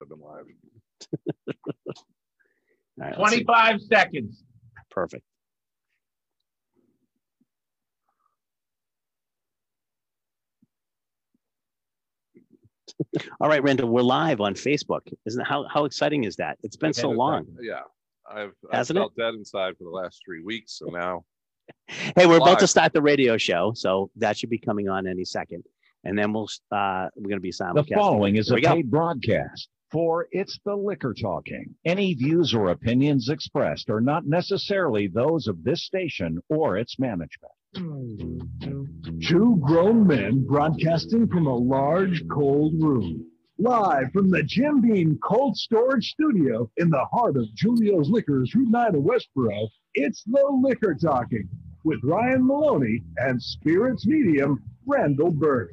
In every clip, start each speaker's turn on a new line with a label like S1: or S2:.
S1: have been live.
S2: All right, let's see.
S3: 25 seconds.
S2: Perfect. All right, Randall, we're live on Facebook. Isn't how how exciting is that? It's been so
S3: Ten
S2: long.
S3: seconds.
S1: Yeah, I've, I've
S2: Hasn't it?
S1: felt dead inside for the last three weeks, so now
S2: Hey, we're about to
S1: Live.
S2: start the radio show, so that should be coming on any second, and then we'll uh we're gonna be
S3: The
S2: simulcasting.
S3: following is
S2: Here
S3: a
S2: we go.
S3: paid broadcast for It's the Liquor Talking. Any views or opinions expressed are not necessarily those of this station or its management.
S4: Two grown men broadcasting from a large cold room. Live from the Jim Beam Cold Storage Studio in the heart of Julio's Liquors, Route 9 of Westboro, it's The Liquor Talking with Ryan Maloney and Spirits Medium, Randall Burke.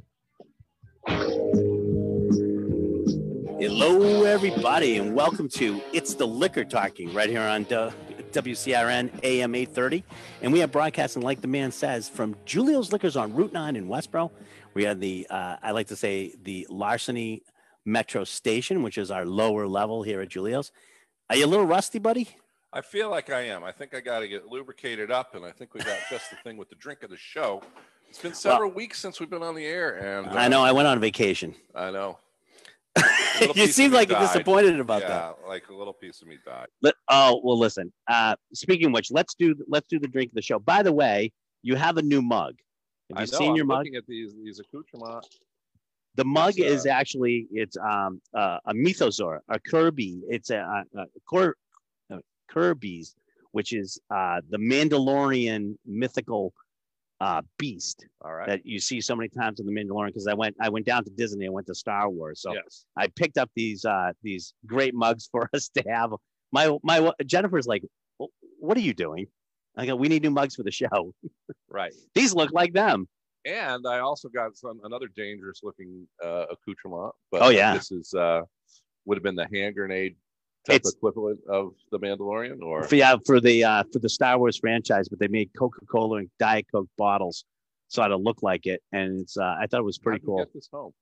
S2: Hello, everybody, and welcome to It's the Liquor Talking right here on W- WCRN AM 830. And we are broadcasting, like the man says, from Julio's Liquors on Route 9 in Westboro. We have the, uh, I like to say, the Larceny Metro Station, which is our lower level here at Julio's. Are you a little rusty, buddy?
S1: I feel like I am. I think I got to get lubricated up, and I think we got just the thing with the drink of the show. It's been several weeks since we've been on the air, and uh,
S2: I know I went on vacation.
S1: I know. Little
S2: you
S1: piece
S2: seem
S1: of me
S2: like you're
S1: died.
S2: disappointed about that.
S1: yeah, like a little piece of me died.
S2: Let, oh well, listen. Uh, speaking of which, let's do let's do the drink of the show. By the way, you have a new mug. Have you
S1: I know,
S2: seen
S1: I'm
S2: your mug?
S1: Looking at these these accoutrements.
S2: The mug
S1: It's, uh,
S2: is actually it's um uh, a mythosaur, a Kirby. It's a, a, a Cor- uh, Kirby's, which is uh, the Mandalorian mythical uh, beast
S1: All right.
S2: that you see so many times in the Mandalorian. Because I went I went down to Disney, I went to Star Wars, so
S1: yes.
S2: I picked up these uh, these great mugs for us to have. My my Jennifer's like, "Wh- what are you doing? I go, we need new mugs for the show.
S1: Right.
S2: These look like them.
S1: And I also got some another dangerous looking uh, accoutrement. But
S2: Oh, yeah.
S1: this is uh, would have been the hand grenade type
S2: It's-
S1: equivalent of the Mandalorian, or
S2: For, yeah, for the uh, for the Star Wars franchise, but they made Coca Cola and Diet Coke bottles sort of look like it, and it's uh, I thought it was
S1: How'd
S2: pretty
S1: you
S2: cool.
S1: Get this home.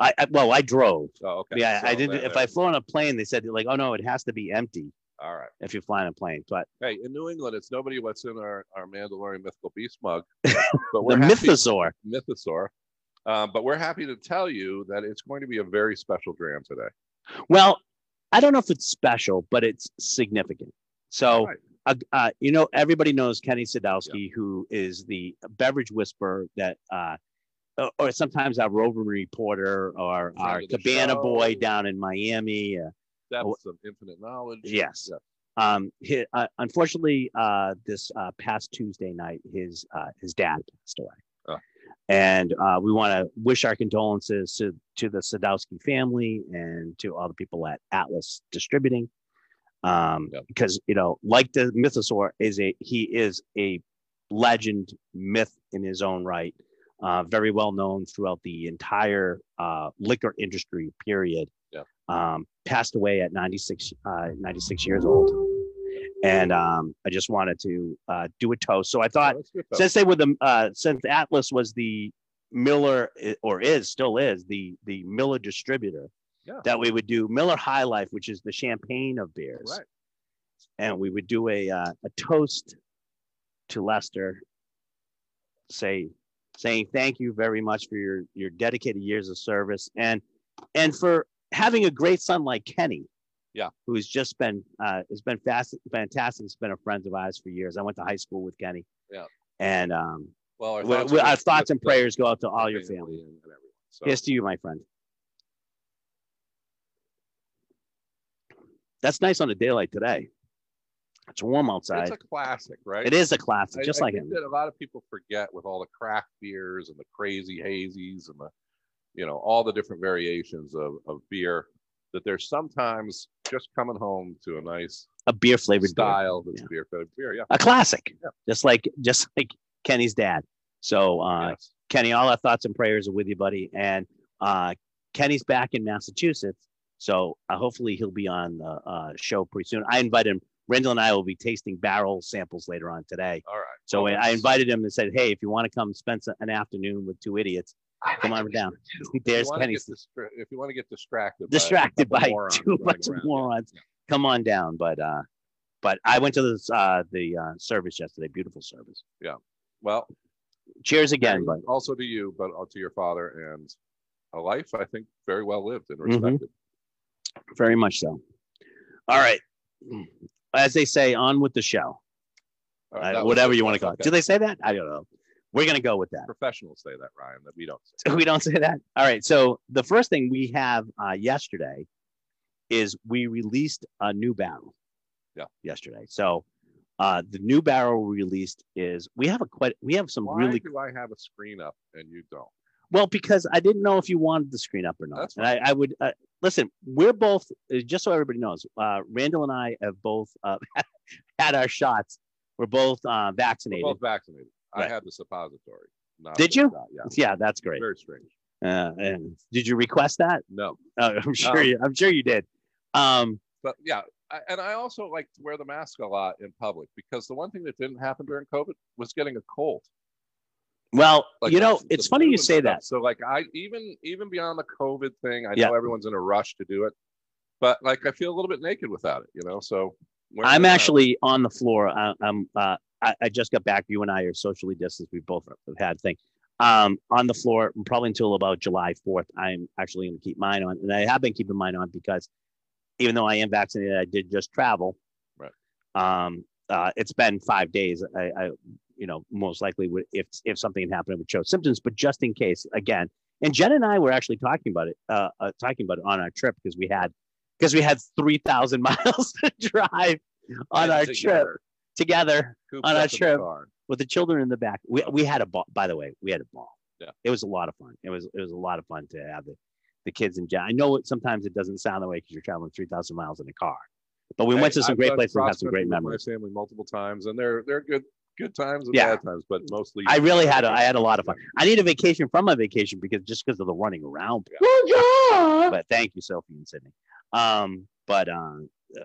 S2: I, I well, I drove.
S1: Oh, okay.
S2: Yeah, I
S1: So
S2: didn't.
S1: there-
S2: If
S1: there-
S2: I flew on a plane, they said like, oh no, it has to be empty
S1: all right.
S2: if you're flying a plane. But
S1: Hey, in New England, it's nobody what's in our, our Mandalorian mythical beast mug, but we're
S2: the
S1: happy,
S2: mythosaur.
S1: mythosaur. Um, but we're happy to tell you that it's going to be a very special dram today.
S2: Well, I don't know if it's special, but it's significant. So,
S1: Right.
S2: uh, uh, you know, everybody knows Kenny Sadowski, who is the beverage whisperer that, uh, or- or sometimes our roving reporter or our
S1: of the
S2: cabana boy
S1: show.
S2: down in Miami. Uh,
S1: That's
S2: Oh.
S1: some infinite knowledge.
S2: Yes.
S1: Yeah.
S2: Um, he, uh, unfortunately, uh, this uh, past Tuesday night, his uh, his dad passed away,
S1: Oh.
S2: and uh, we want to wish our condolences to to the Sadowski family and to all the people at Atlas Distributing, um,
S1: Yep.
S2: because you know, like the Mythosaur, is a he is a legend myth in his own right, uh, very well known throughout the entire uh, liquor industry. Period um, passed away at 96, uh, 96 years old. And um, I just wanted to uh, do a toast. So I
S1: So
S2: thought,
S1: let's get that.
S2: since they were the, uh, since Atlas was the Miller i- or is still is the the Miller distributor,
S1: Yeah.
S2: that we would do Miller High Life, which is the champagne of beers,
S1: Right.
S2: and we would do a uh, a toast to Lester, say saying thank you very much for your your dedicated years of service and and for having a great son like Kenny.
S1: Yeah.
S2: Who's just been uh has been fast fantastic. He's been a friend of ours for years. I went to high school with Kenny.
S1: Yeah.
S2: And um
S1: Well,
S2: our
S1: our
S2: thoughts,
S1: are
S2: our
S1: with-
S2: thoughts
S1: with
S2: and
S1: the-
S2: prayers go out to
S1: the
S2: all your family.
S1: and and everyone. So,
S2: Yes to you, my friend. That's nice on a day like today. It's warm outside.
S1: it's a classic, right?
S2: It is a classic, just
S1: I,
S2: like
S1: I think
S2: him.
S1: that a lot of people forget with all the craft beers and the crazy hazies and the you know all the different variations of, of beer that they're sometimes just coming home to a nice
S2: A beer flavored beer.
S1: style that's
S2: yeah.
S1: beer flavored beer yeah
S2: a classic,
S1: Yeah.
S2: just like just like Kenny's dad. So uh,
S1: yes.
S2: Kenny, all our thoughts and prayers are with you, buddy. And uh, Kenny's back in Massachusetts, so uh, hopefully he'll be on the uh, show pretty soon. I invited him. Rendell and I will be tasting barrel samples later on today.
S1: all right
S2: So
S1: Well,
S2: I
S1: that's-
S2: invited him and said, "Hey, if you want to come spend s- an afternoon with two idiots, Come on down. There's
S1: you wanna
S2: Kenny.
S1: get distra- if you want to get distracted, by a
S2: Distracted
S1: couple
S2: by
S1: morons
S2: too
S1: running
S2: much
S1: around.
S2: morons.
S1: Yeah.
S2: Come on down. But uh, but I went to the uh, the uh, service yesterday. Beautiful service.
S1: Well,
S2: Cheers again, but
S1: also to you, but uh, to your father and a life I think very well lived and
S2: Mhm.
S1: respected.
S2: very much so. All right. As they say, on with the show.
S1: All right,
S2: Uh,
S1: that was
S2: whatever
S1: good.
S2: you want to call it.
S1: Okay.
S2: Do they say that? I don't know. We're gonna go with that.
S1: Professionals say that, Ryan, that we don't. Say.
S2: we don't say that. All right. So the first thing we have uh, yesterday is we released a new barrel.
S1: Yeah.
S2: Yesterday. So uh, the new barrel we released is we have a quite we have some
S1: Why
S2: really
S1: do I have a screen up and you don't?
S2: well because I didn't know if you wanted the screen up or not,
S1: That's
S2: and I, I would uh, listen. We're both uh, just so everybody knows. Uh, Randall and I have both uh, had our shots. We're both uh,
S1: We're
S2: vaccinated.
S1: both vaccinated. I
S2: Right.
S1: had the suppository. Not
S2: Did
S1: the
S2: you?
S1: shot, Yeah.
S2: yeah, that's great.
S1: Very strange.
S2: Uh, and did you request that?
S1: No,
S2: Uh, I'm sure.
S1: Um,
S2: you, I'm sure you did. Um,
S1: but yeah, I, and I also like to wear the mask a lot in public because the one thing that didn't happen during COVID was getting a cold.
S2: Well,
S1: Like,
S2: you know,
S1: the
S2: it's funny you
S1: flu and
S2: say
S1: stuff.
S2: that.
S1: So like I even even beyond the COVID thing, I
S2: Yeah.
S1: know everyone's in a rush to do it, but like I feel a little bit naked without it, you know. So wearing
S2: I'm
S1: the mask-
S2: actually on the floor. I, I'm. Uh, I, I just got back. You and I are socially distanced. We both have had thing. Um, on the floor probably until about July 4th. I'm actually going to keep mine on, and I have been keeping mine on because even though I am vaccinated, I did just travel.
S1: Right.
S2: Um, uh, it's been five days. I, I, you know, most likely would if if something had happened, it would show symptoms. But just in case, again, and Jen and I were actually talking about it, uh, uh talking about it on our trip because we had because we had three thousand miles to drive on
S1: I
S2: our
S1: took
S2: trip
S1: another
S2: together
S1: cooped
S2: on our
S1: up in the
S2: trip.
S1: car.
S2: with the children in the back. We, we had a ball. By the way, we had a ball.
S1: Yeah.
S2: it was a lot of fun. It was it was a lot of fun to have the, the kids in Jen. I know it, sometimes it doesn't sound that way because you're traveling three thousand miles in a car, but we went
S1: Hey,
S2: to some
S1: I've
S2: great
S1: done
S2: places and had some
S1: cross-country
S2: great
S1: with
S2: memories.
S1: My family multiple times, and they're they're good good times and
S2: Yeah.
S1: bad times, but mostly
S2: I really had a, I had a lot of fun. I need a vacation from my vacation because just because of the running around. But thank you, Sophie and Sydney. Um, but uh,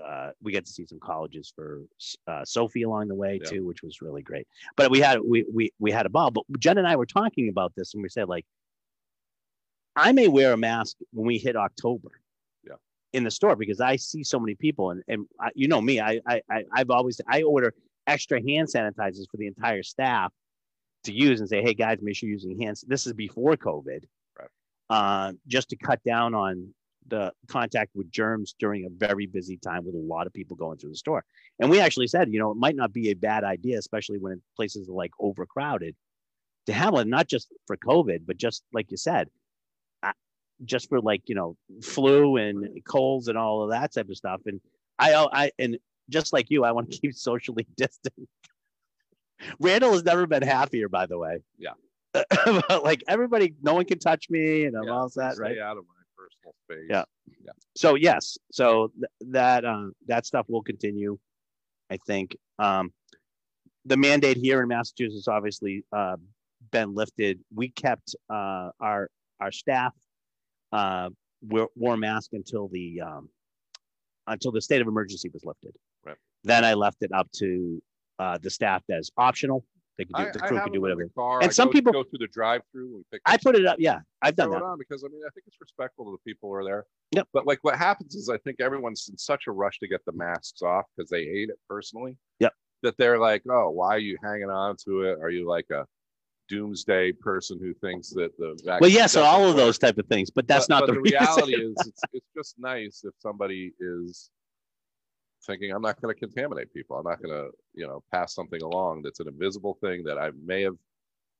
S2: uh, we got to see some colleges for uh, Sophie along the way
S1: Yeah.
S2: too, which was really great. But we had we we we had a ball. But Jen and I were talking about this, and we said like, I may wear a mask when we hit October.
S1: Yeah.
S2: In the store because I see so many people, and and I, you know me, I I I- I've always I order extra hand sanitizers for the entire staff to use and say, hey guys, make sure you're using hands. This is before COVID,
S1: Right.
S2: uh, just to cut down on the contact with germs during a very busy time with a lot of people going through the store. And we actually said, you know, it might not be a bad idea, especially when places are like overcrowded, to have one not just for COVID, but just like you said, I- just for like you know flu and colds and all of that type of stuff. And I, I and just like you, I want to keep socially distant. Randall has never been happier, by the way.
S1: Yeah.
S2: But, like everybody, no one can touch me, and I'm
S1: Yeah,
S2: all set,
S1: stay
S2: right?
S1: out of my personal space.
S2: Yeah. so yes so th- that uh, that stuff will continue i think um, the mandate here in massachusetts obviously uh, been lifted we kept uh, our our staff uh, wore, wore masks until the um, until the state of emergency was lifted
S1: Right.
S2: then i left it up to uh, the staff as optional they could do,
S1: I,
S2: the
S1: I
S2: crew
S1: have
S2: could do
S1: them in the
S2: whatever
S1: Car.
S2: And
S1: I
S2: some
S1: go,
S2: people-
S1: go through the drive-through and pick
S2: i put it up yeah i've done
S1: throw
S2: that
S1: it on because I mean I think it's respectful to the people who are there.
S2: Yep.
S1: But like what happens is I think everyone's in such a rush to get the masks off because they hate it personally.
S2: Yep.
S1: That they're like, oh, why are you hanging on to it? Are you like a doomsday person who thinks that the vaccine?
S2: well yes so
S1: doesn't
S2: all of
S1: work?
S2: those type of things but that's
S1: But-
S2: not
S1: but
S2: the,
S1: reality
S2: reason.
S1: is it's, it's just nice if somebody is thinking I'm not going to contaminate people. I'm not going to you know pass something along that's an invisible thing that I may have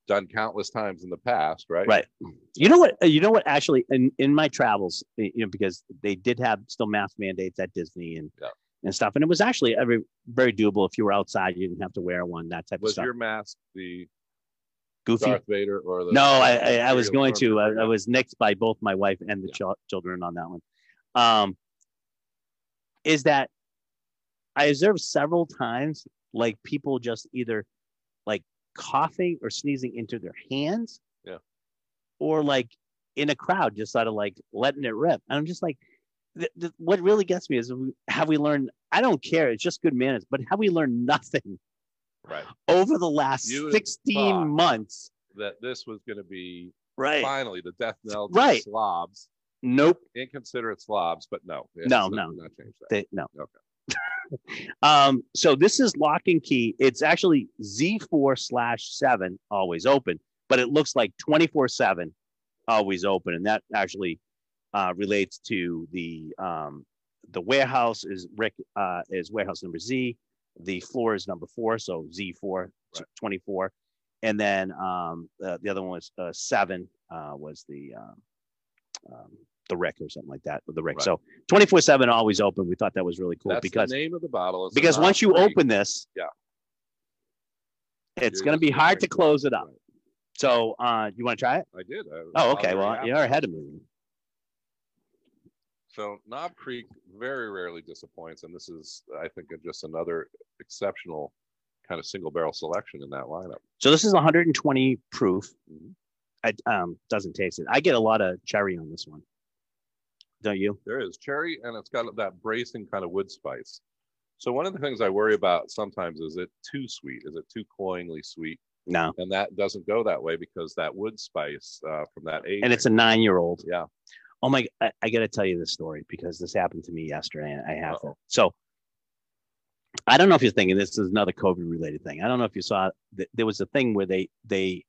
S1: done countless times in the past, right?
S2: Right. You know what? uh, You know what? Actually, in, in my travels, you know, because they did have still mask mandates at Disney and
S1: Yeah.
S2: and stuff, and it was actually every very doable. If you were outside, you didn't have to wear one. That type of
S1: Was
S2: stuff.
S1: your mask the
S2: Goofy.
S1: Darth Vader or the
S2: no, I, I, I was
S1: Imperial
S2: going to. I,
S1: Stormtrooper?
S2: I was nixed by both my wife and the chil- children on that one. Um, is that I observed several times, like people just either like coughing or sneezing into their hands,
S1: Yeah.
S2: or like in a crowd, just sort of like letting it rip. And I'm just like, th- th- what really gets me is we- have we learned? I don't care. It's just good manners, but have we learned nothing
S1: right
S2: over the last
S1: You would have
S2: 16
S1: thought
S2: months?
S1: that this was going to be
S2: Right.
S1: Finally, the death knell to
S2: Right.
S1: slobs,
S2: Nope.
S1: inconsiderate slobs, but no, it's
S2: No,
S1: not-
S2: no.
S1: not change that.
S2: They, no. um, so this is lock and key. It's actually Z4 slash seven always open, but it looks like 24 seven always open. And that actually uh, relates to the um, the warehouse is Rick uh, is warehouse number Z. The floor is number four. So Z4 t- 24. And then um, uh, the other one was uh, seven uh, was the um, um, the Rick or something like that. The Rick.
S1: Right.
S2: So 24 seven always open. We thought that was really cool
S1: That's
S2: because
S1: the name of the bottle. It's
S2: because
S1: not
S2: once you
S1: free.
S2: open this,
S1: Yeah.
S2: it's
S1: You're
S2: going to
S1: just
S2: be hard to
S1: drinking.
S2: close it up.
S1: Right.
S2: So, uh, you want to try it?
S1: I did. I-
S2: Oh, okay.
S1: I'll
S2: Well,
S1: drink
S2: you're
S1: after.
S2: ahead of me.
S1: So Knob Creek very rarely disappoints, and this is, I think, just another exceptional kind of single barrel selection in that lineup.
S2: So this is 120 proof.
S1: Mhm.
S2: I um doesn't taste it. I get a lot of cherry on this one. Don't you?
S1: There is cherry, and it's got that bracing kind of wood spice. So one of the things I worry about sometimes is it too sweet? Is it too cloyingly sweet?
S2: No.
S1: And that doesn't go that way because that wood spice uh, from that age.
S2: And it's a nine year old.
S1: yeah.
S2: Oh my! I, I got to tell you this story because this happened to me yesterday, and I have
S1: Uh-oh.
S2: to. So, I don't know if you're thinking this is another COVID-related thing. I don't know if you saw th- there was a thing where they they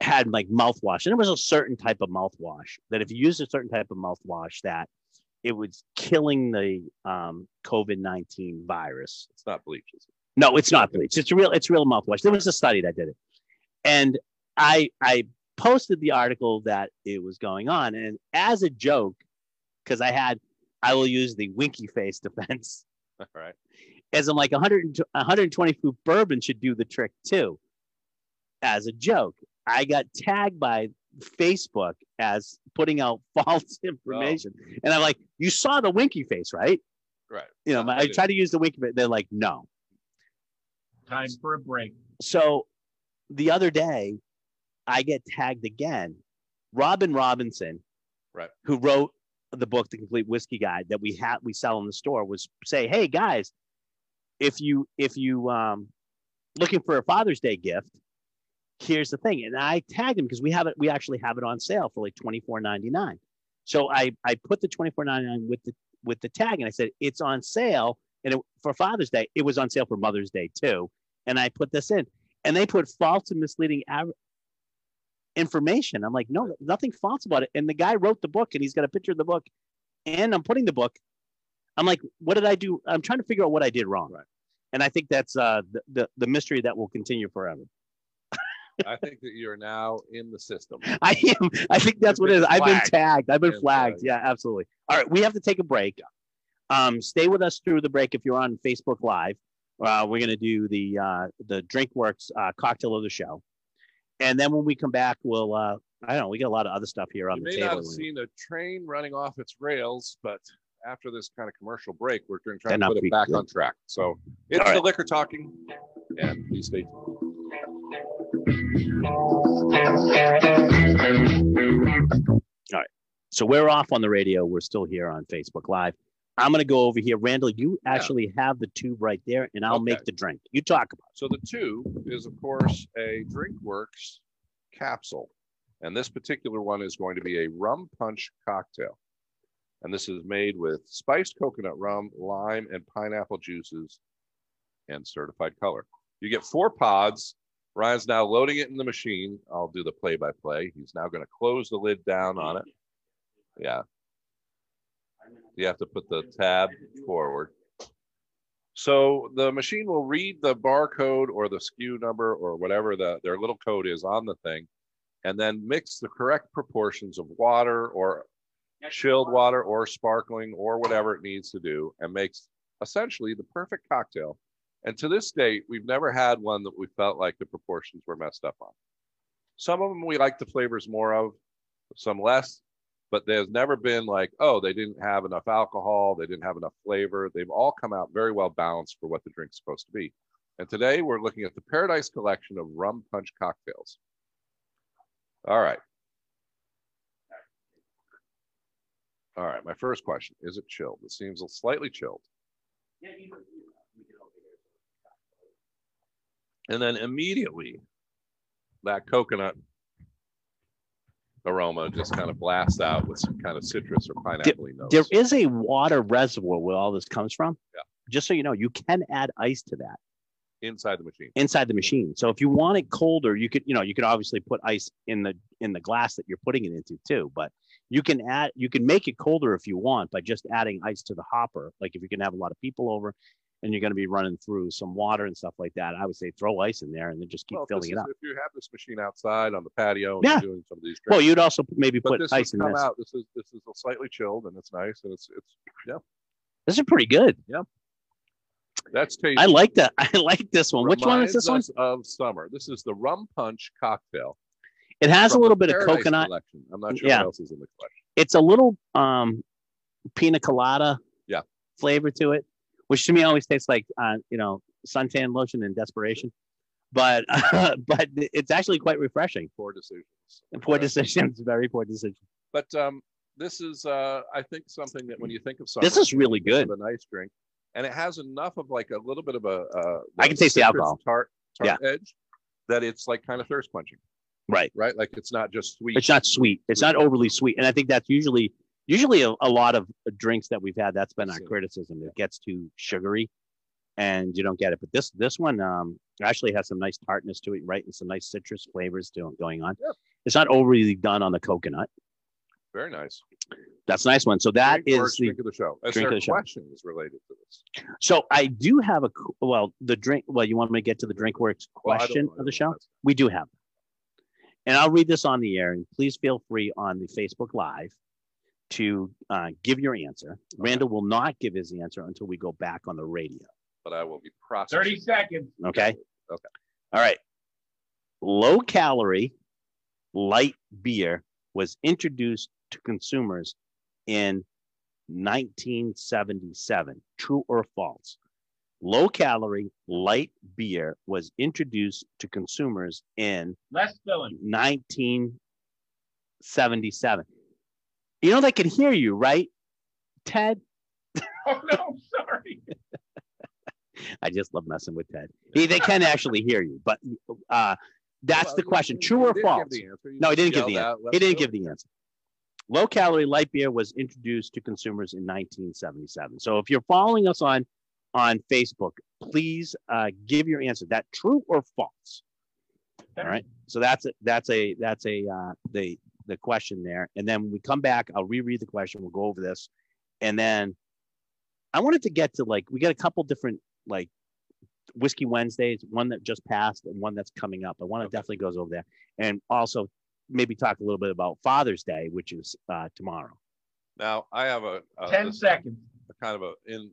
S2: had like mouthwash, and it was a certain type of mouthwash that if you used a certain type of mouthwash, that it was killing the um, COVID-19 virus.
S1: It's not bleach. is it?
S2: No, it's not bleach. It's real. It's real mouthwash. There was a study that did it, and I I posted the article that it was going on, and as a joke, because I had I will use the winky face defense,
S1: All right.
S2: as I'm like 100 120 proof bourbon should do the trick too, as a joke. I got tagged by Facebook as putting out false information, and I'm like, you saw the winky face, right?
S1: Right.
S2: You know,
S1: Uh,
S2: my-
S1: I
S2: I
S1: did.
S2: try to use the winky face. They're like, no.
S5: Time for a break.
S2: so the other day i get tagged again robin robinson
S1: Right.
S2: who wrote the book the complete whiskey guide that we have we sell in the store was say hey guys if you if you um looking for a father's day gift here's the thing and i tagged him because we have it we actually have it on sale for like 24.99 so i i put the 24.99 with the with the tag and i said it's on sale and it, for father's day it was on sale for mother's day too and i put this in and they put false and misleading av- information i'm like no nothing false about it and the guy wrote the book and he's got a picture of the book and i'm putting the book i'm like what did i do i'm trying to figure out what i did wrong
S1: Right.
S2: and i think that's uh the, the, the mystery that will continue forever
S1: I think that you're now in the system.
S2: I am. I think that's what it is. I've been
S1: Flagged.
S2: tagged. I've been
S1: Been
S2: flagged.
S1: flagged.
S2: Yeah, absolutely. All right, we have to take a break. Um, stay with us through the break if you're on Facebook Live. Uh, we're gonna do the uh, the DrinkWorks uh, cocktail of the show, and then when we come back, we'll uh, I don't know. We got a lot of other stuff here on
S1: You
S2: the
S1: may
S2: table.
S1: not have seen a train running off its rails, but after this kind of commercial break, we're going to try
S2: And
S1: to
S2: up
S1: put
S2: we
S1: it back
S2: go.
S1: on track. So it's
S2: All right.
S1: the liquor talking, and please stay tuned.
S2: so we're off on the radio. We're still here on Facebook Live. I'm gonna go over here, Randall. You
S1: Yeah.
S2: actually have the tube right there, and I'll
S1: Okay.
S2: make the drink. You talk about.
S1: So the two is, of course, a DrinkWorks capsule, and this particular one is going to be a rum punch cocktail, and this is made with spiced coconut rum, lime, and pineapple juices, and certified color. You get four pods. Ryan's now loading it in the machine. I'll do the play-by-play. He's now going to close the lid down on it. Yeah. You have to put the tab forward. So the machine will read the barcode or the SKU number or whatever the, their little code is on the thing, and then mix the correct proportions of water or chilled water or sparkling or whatever it needs to do, and makes essentially the perfect cocktail. And to this date, we've never had one that we felt like the proportions were messed up on. Some of them we like the flavors more of, some less, but there's never been like, oh, they didn't have enough alcohol, they didn't have enough flavor. They've all come out very well balanced for what the drink's supposed to be. And today we're looking at the Paradise Collection of Rum Punch cocktails. All right. All right. My first question is it chilled? It seems slightly chilled. And then immediately that coconut aroma just kind of blasts out with some kind of citrus or pineapple notes.
S2: There is a water reservoir where all this comes from. Yeah. Just so you know, you can add ice to that
S1: inside the machine.
S2: inside the machine. So if you want it colder, you could, you know, you could obviously put ice in the in the glass that you're putting it into too. But you can add, you can make it colder if you want by just adding ice to the hopper. Like if you're gonna have a lot of people over, and you're gonna be running through some water and stuff like that, I would say throw ice in there and then just keep
S1: Well, if this
S2: filling it
S1: is-
S2: up.
S1: If you have this machine outside on the patio and
S2: Yeah.
S1: you're doing some of these drinks.
S2: Well, you'd also maybe
S1: but
S2: put
S1: this
S2: ice
S1: has
S2: in
S1: come
S2: this.
S1: out. This is this is slightly chilled and it's nice and it's it's
S2: This is pretty good.
S1: that's tasty.
S2: I like that. I like this one. Which one is this one?
S1: Reminds us Of summer. This is the rum punch cocktail.
S2: It has a
S1: from the
S2: little bit of
S1: Paradise
S2: coconut.
S1: Collection. I'm not sure
S2: Yeah.
S1: what else is in the collection.
S2: It's a little um pina colada
S1: Yeah.
S2: flavor to it, which to me always tastes like uh, you know, suntan lotion and desperation. But but it's actually quite refreshing.
S1: Poor decisions.
S2: Poor
S1: Right.
S2: decisions, very poor decision.
S1: But um, this is uh, I think something that when you think of summer,
S2: This is really good.
S1: of a nice drink, and it has enough of like a little bit of a. Uh,
S2: I can taste the
S1: citrus
S2: alcohol.
S1: Tart, tart edge, that it's like kind of thirst punching,
S2: Right.
S1: right? Like it's not just sweet.
S2: It's not sweet. It's not overly sweet. And I think that's usually usually a, a lot of drinks that we've had, that's been our
S1: So-
S2: criticism. It gets too sugary and you don't get it. But this this one um actually has some nice tartness to it, right? And some nice citrus flavors to, going on.
S1: Yep.
S2: It's not overly done on the coconut.
S1: Very nice.
S2: That's a nice one. So that
S1: Drink
S2: is
S1: works,
S2: the
S1: drink of the show. Is
S2: drink
S1: there
S2: of the show.
S1: questions related to this?
S2: so I do have a qu- well the drink well you want me to get to the DrinkWorks
S1: Well, I don't
S2: question
S1: know.
S2: of the show? We do have. And I'll read this on the air, and please feel free on the Facebook Live to uh, give your answer. Randall will not give his answer until we go back on the radio.
S1: But I will be processing.
S5: 30 seconds.
S2: Okay.
S1: Okay.
S2: All right. Low calorie light beer was introduced to consumers in 1977. True or false? Low calorie light beer was introduced to consumers in
S5: Less filling.
S2: 1977. You know, they can hear you, right, Ted?
S5: Oh, no, sorry.
S2: I just love messing with Ted. He- they can actually hear you, but uh, that's
S1: Well,
S2: the
S1: you-
S2: question.
S1: you
S2: True
S1: didn't
S2: or
S1: give
S2: false?
S1: the answer. You
S2: No, he
S1: just
S2: didn't give the
S1: yelled out,
S2: He
S1: "Let's do
S2: didn't
S1: it."
S2: give the answer. Low calorie light beer was introduced to consumers in 1977. So if you're following us on on Facebook, please uh, give your answer. That true or false? All right. So that's a, that's a that's a uh, the the question there. And then when we come back, I'll reread the question. We'll go over this, and then I wanted to get to like we got a couple different like whiskey Wednesdays, one that just passed and one that's coming up. I want to definitely goes over there, and also maybe talk a little bit about Father's Day, which is uh, tomorrow.
S1: Now I have a, a
S5: 10
S1: this-
S5: seconds.
S1: a kind of a in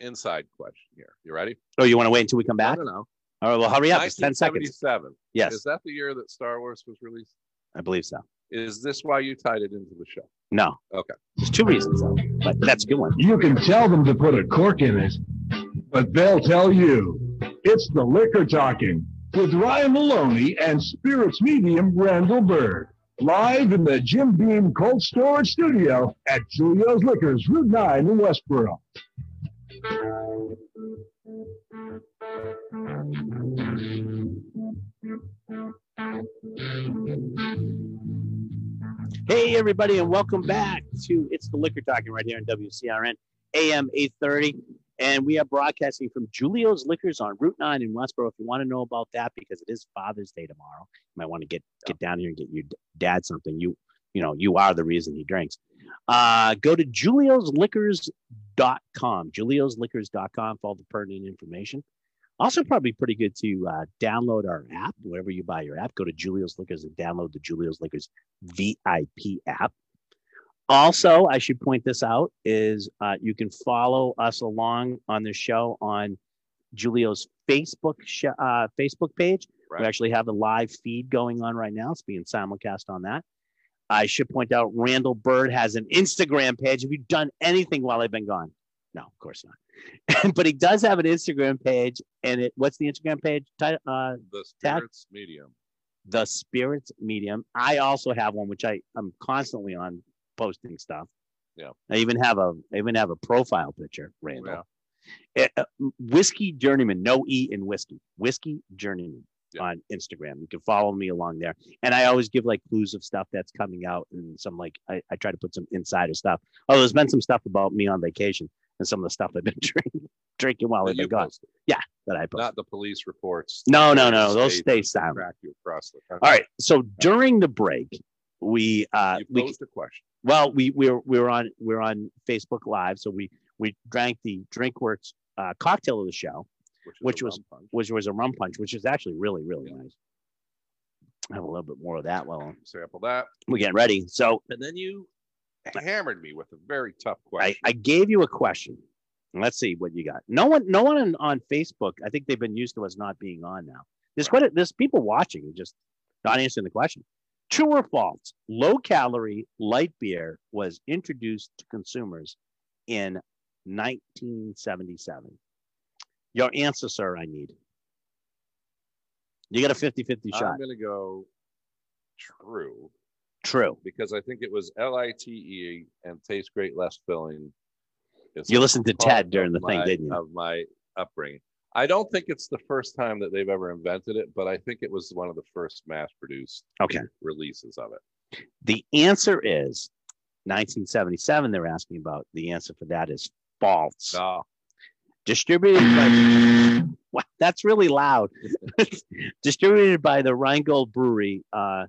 S1: inside question here. You ready?
S2: Oh, you want to wait until we come back?
S1: I don't know.
S2: All right. Well, hurry up. It's ten seconds.
S1: 1977. Is
S2: Yes,
S1: that the year that Star Wars was released?
S2: I believe so.
S1: Is this why you tied it into the show?
S2: No.
S1: Okay.
S2: There's two reasons, though, but that's a good one.
S4: You can tell them to put a cork in it, but they'll tell you. It's the liquor talking with Ryan Maloney and spirits medium Randall Bird. Live in the Jim Beam Cold Storage Studio at Julio's Liquors, Route 9 in Westboro.
S2: Hey, everybody, and welcome back to It's the Liquor Talking right here on WCRN, AM 830. And we are broadcasting from Julio's Liquors on Route 9 in Westboro. If you want to know about that, because it is Father's Day tomorrow, you might want to get, get down here and get your d- dad something. You, you know, you are the reason he drinks. Uh, go to juliosliquors.com, juliosliquors.com for all the pertinent information. Also, probably pretty good to uh, download our app wherever you buy your app. Go to Julio's Liquors and download the Julio's Liquors VIP app. Also, I should point this out is uh, you can follow us along on the show on Julio's Facebook sh- uh, Facebook page.
S1: Right.
S2: We actually have the live feed going on right now. It's being simulcast on that. I should point out Randall Bird has an Instagram page. Have you done anything while I've been gone? No, of course not. but he does have an Instagram page, and it what's the Instagram page? Ti- Uh,
S1: The
S2: That-
S1: spirits medium.
S2: the spirits medium. I also have one which I am constantly on posting stuff.
S1: Yeah. Oh,
S2: I even have a I even have a profile picture, eh,
S1: Yeah.
S2: Randall. Eh, uh, whiskey journeyman, no E in whiskey. Whiskey journeyman.
S1: Yeah.
S2: on Instagram. You can follow me along there. And I always give like clues of stuff that's coming out and some like I, I try to put some insider stuff. Oh, there's been some stuff about me on vacation and some of the stuff I've been drinking drinking while
S1: that
S2: I've been
S1: you
S2: gone
S1: posted,
S2: that I posted.
S1: not the police reports.
S2: No, no,
S1: that
S2: no, those
S1: state
S2: stay
S1: that
S2: silent.
S1: Track you across the country.
S2: All right. So during the break, we uh
S1: You
S2: we
S1: posed a question.
S2: well we we were, we were on we were on Facebook Live, so we we drank the DrinkWorks uh, cocktail of the show,
S1: Which, is
S2: which
S1: a
S2: was-
S1: rum punch.
S2: which was a rum punch, which is actually really really nice. I have a little bit more of that while
S1: sample that.
S2: we're getting ready. So
S1: And then you hammered me with a very tough
S2: I,
S1: question.
S2: I gave you a question. Let's see what you got. No one, no one on, on Facebook. I think they've been used to us not being on now. There's quite a, there's people watching and just not answering the question. True or false? Low calorie light beer was introduced to consumers in 1977. Your answer, sir. I need. You got a 50-50 shot.
S1: I'm going to go true
S2: True.
S1: because I think it was L I T E and tastes great, less filling. is
S2: You listened to
S1: part
S2: Ted during
S1: of
S2: the thing,
S1: my-
S2: didn't you?
S1: Of my upbringing. I don't think it's the first time that they've ever invented it, but I think it was one of the first mass produced
S2: Okay.
S1: releases of it.
S2: The answer is 1977. They're asking about the answer for that is false.
S1: No,
S2: Distributed by wow, that's really loud. Distributed by the Rheingold Brewery, uh,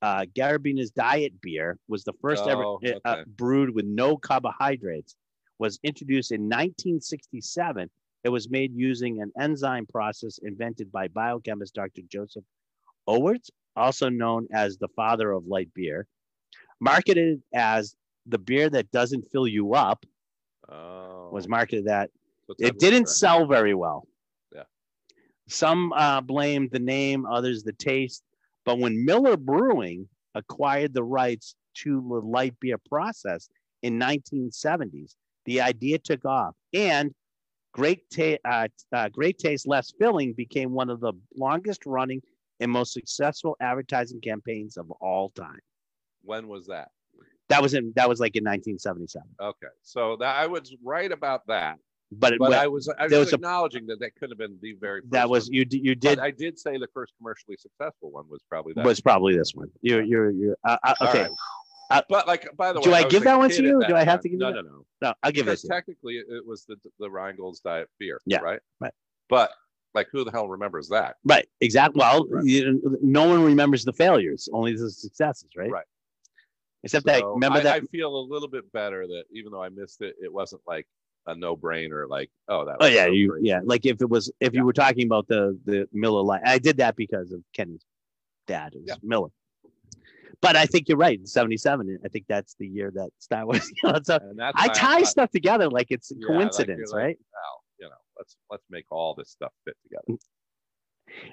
S2: uh, Garabina's Diet Beer was the first ever
S1: Oh,
S2: uh, uh,
S1: okay.
S2: brewed with no carbohydrates. Was introduced in 1967. It was made using an enzyme process invented by biochemist Dr. Joseph Owert, also known as the father of light beer, marketed as the beer that doesn't fill you up.
S1: oh,
S2: Was marketed that
S1: so Ted
S2: it
S1: was
S2: didn't
S1: correct.
S2: sell very well.
S1: Yeah.
S2: Some uh, blamed the name, others the taste. But when Miller Brewing acquired the rights to the light beer process in 1970s, the idea took off, and great ta- uh, uh, great taste, less filling became one of the longest running and most successful advertising campaigns of all time.
S1: When was that?
S2: That was in that was like in 1977.
S1: Okay, so that I was right about that,
S2: But, it,
S1: but
S2: wa-
S1: I was I was,
S2: there was a-
S1: acknowledging that that could have been the very first
S2: that was
S1: one.
S2: you d- you
S1: But
S2: did
S1: I did say the first commercially successful one was probably that.
S2: was probably this one. You're you're you're uh, uh,
S1: All
S2: okay. Uh,
S1: right. But like, by the
S2: Do
S1: way,
S2: I
S1: was
S2: give
S1: a
S2: that one to
S1: kid at
S2: you? Do I
S1: that
S2: have
S1: time.
S2: to give you
S1: No,
S2: that?
S1: no, no.
S2: No, I'll give it
S1: because
S2: to you.
S1: technically it- it was the the Rheingold's diet beer,
S2: Yeah,
S1: right?
S2: right.
S1: But like, who the hell remembers that?
S2: Right. Exactly. Well,
S1: Right.
S2: you- no one remembers the failures, only the successes, right?
S1: Right.
S2: Except that
S1: So
S2: remember
S1: I,
S2: that
S1: I feel a little bit better that even though I missed it, it wasn't like a no brainer. Like, oh, that.
S2: Oh
S1: was
S2: yeah,
S1: so
S2: you
S1: great.
S2: yeah. Like if it was if
S1: Yeah.
S2: you were talking about the the Miller line, I did that because of Kenny's dad, it was
S1: Yeah.
S2: Miller. But I think you're right. Seventy-seven. I think that's the year that Star Wars. you know, so
S1: And that's
S2: I
S1: why
S2: tie
S1: thought,
S2: stuff together like it's a
S1: Yeah, like you're
S2: coincidence,
S1: like-
S2: right?
S1: well, you know, let's let's make all this stuff fit together.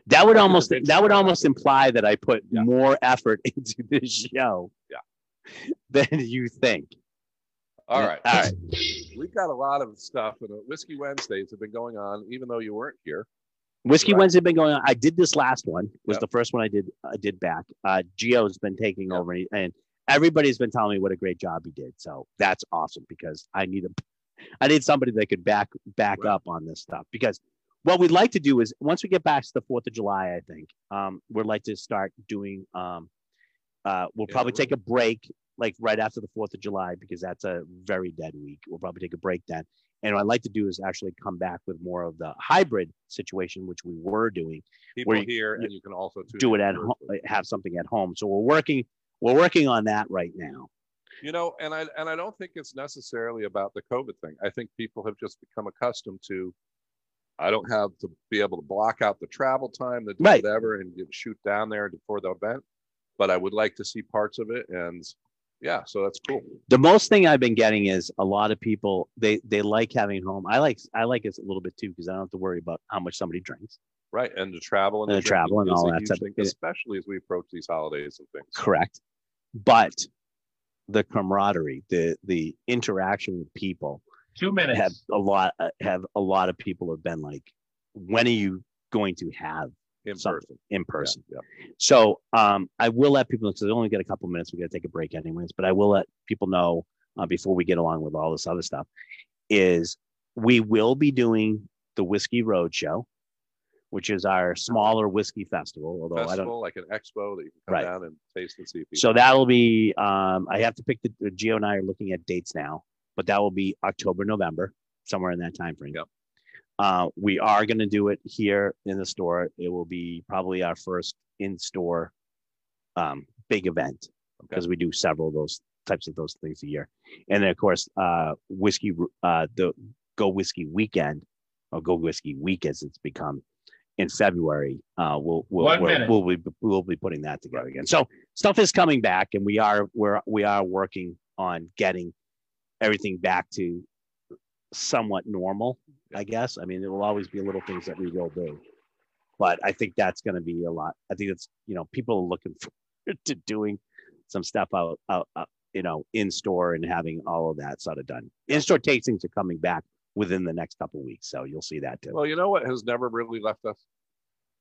S2: That would
S1: Like you're
S2: almost
S1: bitching
S2: that would
S1: about
S2: almost
S1: it.
S2: imply that I put
S1: Yeah.
S2: more effort into this show.
S1: Yeah.
S2: Than you think.
S1: All right,
S2: All right.
S1: We've got a lot of stuff, and uh, Whiskey Wednesdays have been going on, even though you weren't here.
S2: Whiskey
S1: Right.
S2: Wednesday been going on. I did this last one. Was
S1: Yep.
S2: the first one I did. I did back. Uh, Geo's been taking
S1: Yep.
S2: over, and- and everybody's been telling me what a great job he did. So that's awesome because I need a, I need somebody that could back back
S1: Right.
S2: up on this stuff because what we'd like to do is once we get back to the Fourth of July, I think um, we'd like to start doing. Um, uh, we'll
S1: Yeah,
S2: probably
S1: we're-
S2: take a break like right after the Fourth of July because that's a very dead week. We'll probably take a break then. And what I'd like to do is actually come back with more of the hybrid situation, which we were doing.
S1: People
S2: Where you-
S1: here, and you can also tune
S2: Do it
S1: in
S2: at
S1: virtually.
S2: home, have something at home. So we're working, we're working on that right now.
S1: You know, and I and I don't think it's necessarily about the COVID thing. I think people have just become accustomed to. I don't have to be able to block out the travel time, the do
S2: Right.
S1: whatever, and get, shoot down there before the event. But I would like to see parts of it, and yeah, so that's cool.
S2: The most thing I've been getting is a lot of people they they like having home. I like I like it a little bit too because I don't have to worry about how much somebody drinks.
S1: Right, and to travel and,
S2: And
S1: the
S2: to travel
S1: drinking
S2: and
S1: is
S2: all
S1: a
S2: that
S1: huge
S2: stuff.
S1: thing,
S2: It-
S1: especially as we approach these holidays and things.
S2: Correct, but the camaraderie, the the interaction with people
S5: Two
S2: have
S5: minutes.
S2: a lot uh, have a lot of people have been like, when are you going to have
S1: In
S2: Something.
S1: person,
S2: in
S1: Yeah,
S2: person?
S1: yeah.
S2: So um, I will let people know because I only got a couple minutes. We're going to take a break, anyways. But I will let people know uh, before we get along with all this other stuff is we will be doing the Whiskey Road Show. which is our smaller whiskey festival. Although I don't,
S1: festival, like an expo that you can come
S2: Right.
S1: down and taste and see. People.
S2: so that'll be. Um, I have to pick the Geo and I are looking at dates now, but that will be October, November, somewhere in that time frame.
S1: Yep.
S2: Uh, we are going to do it here in the store. It will be probably our first in-store um, big event
S1: Okay.
S2: because we do several of those types of those things a year. And then of course, uh, whiskey, uh, the Go Whiskey Weekend or Go Whiskey Week as it's become in February. Uh, we'll we'll
S5: One
S2: we'll,
S5: minute.
S2: we'll be we'll be putting that together again. So stuff is coming back, and we are we're we are working on getting everything back to somewhat normal. I guess. I mean, there will always be little things that we will do, but I think that's going to be a lot. I think it's you know people are looking forward to doing some stuff out out. out you know, in store and having all of that sort of done. In store tastings are coming back within the next couple of weeks. So you'll see that too.
S1: Well, you know what has never really left us?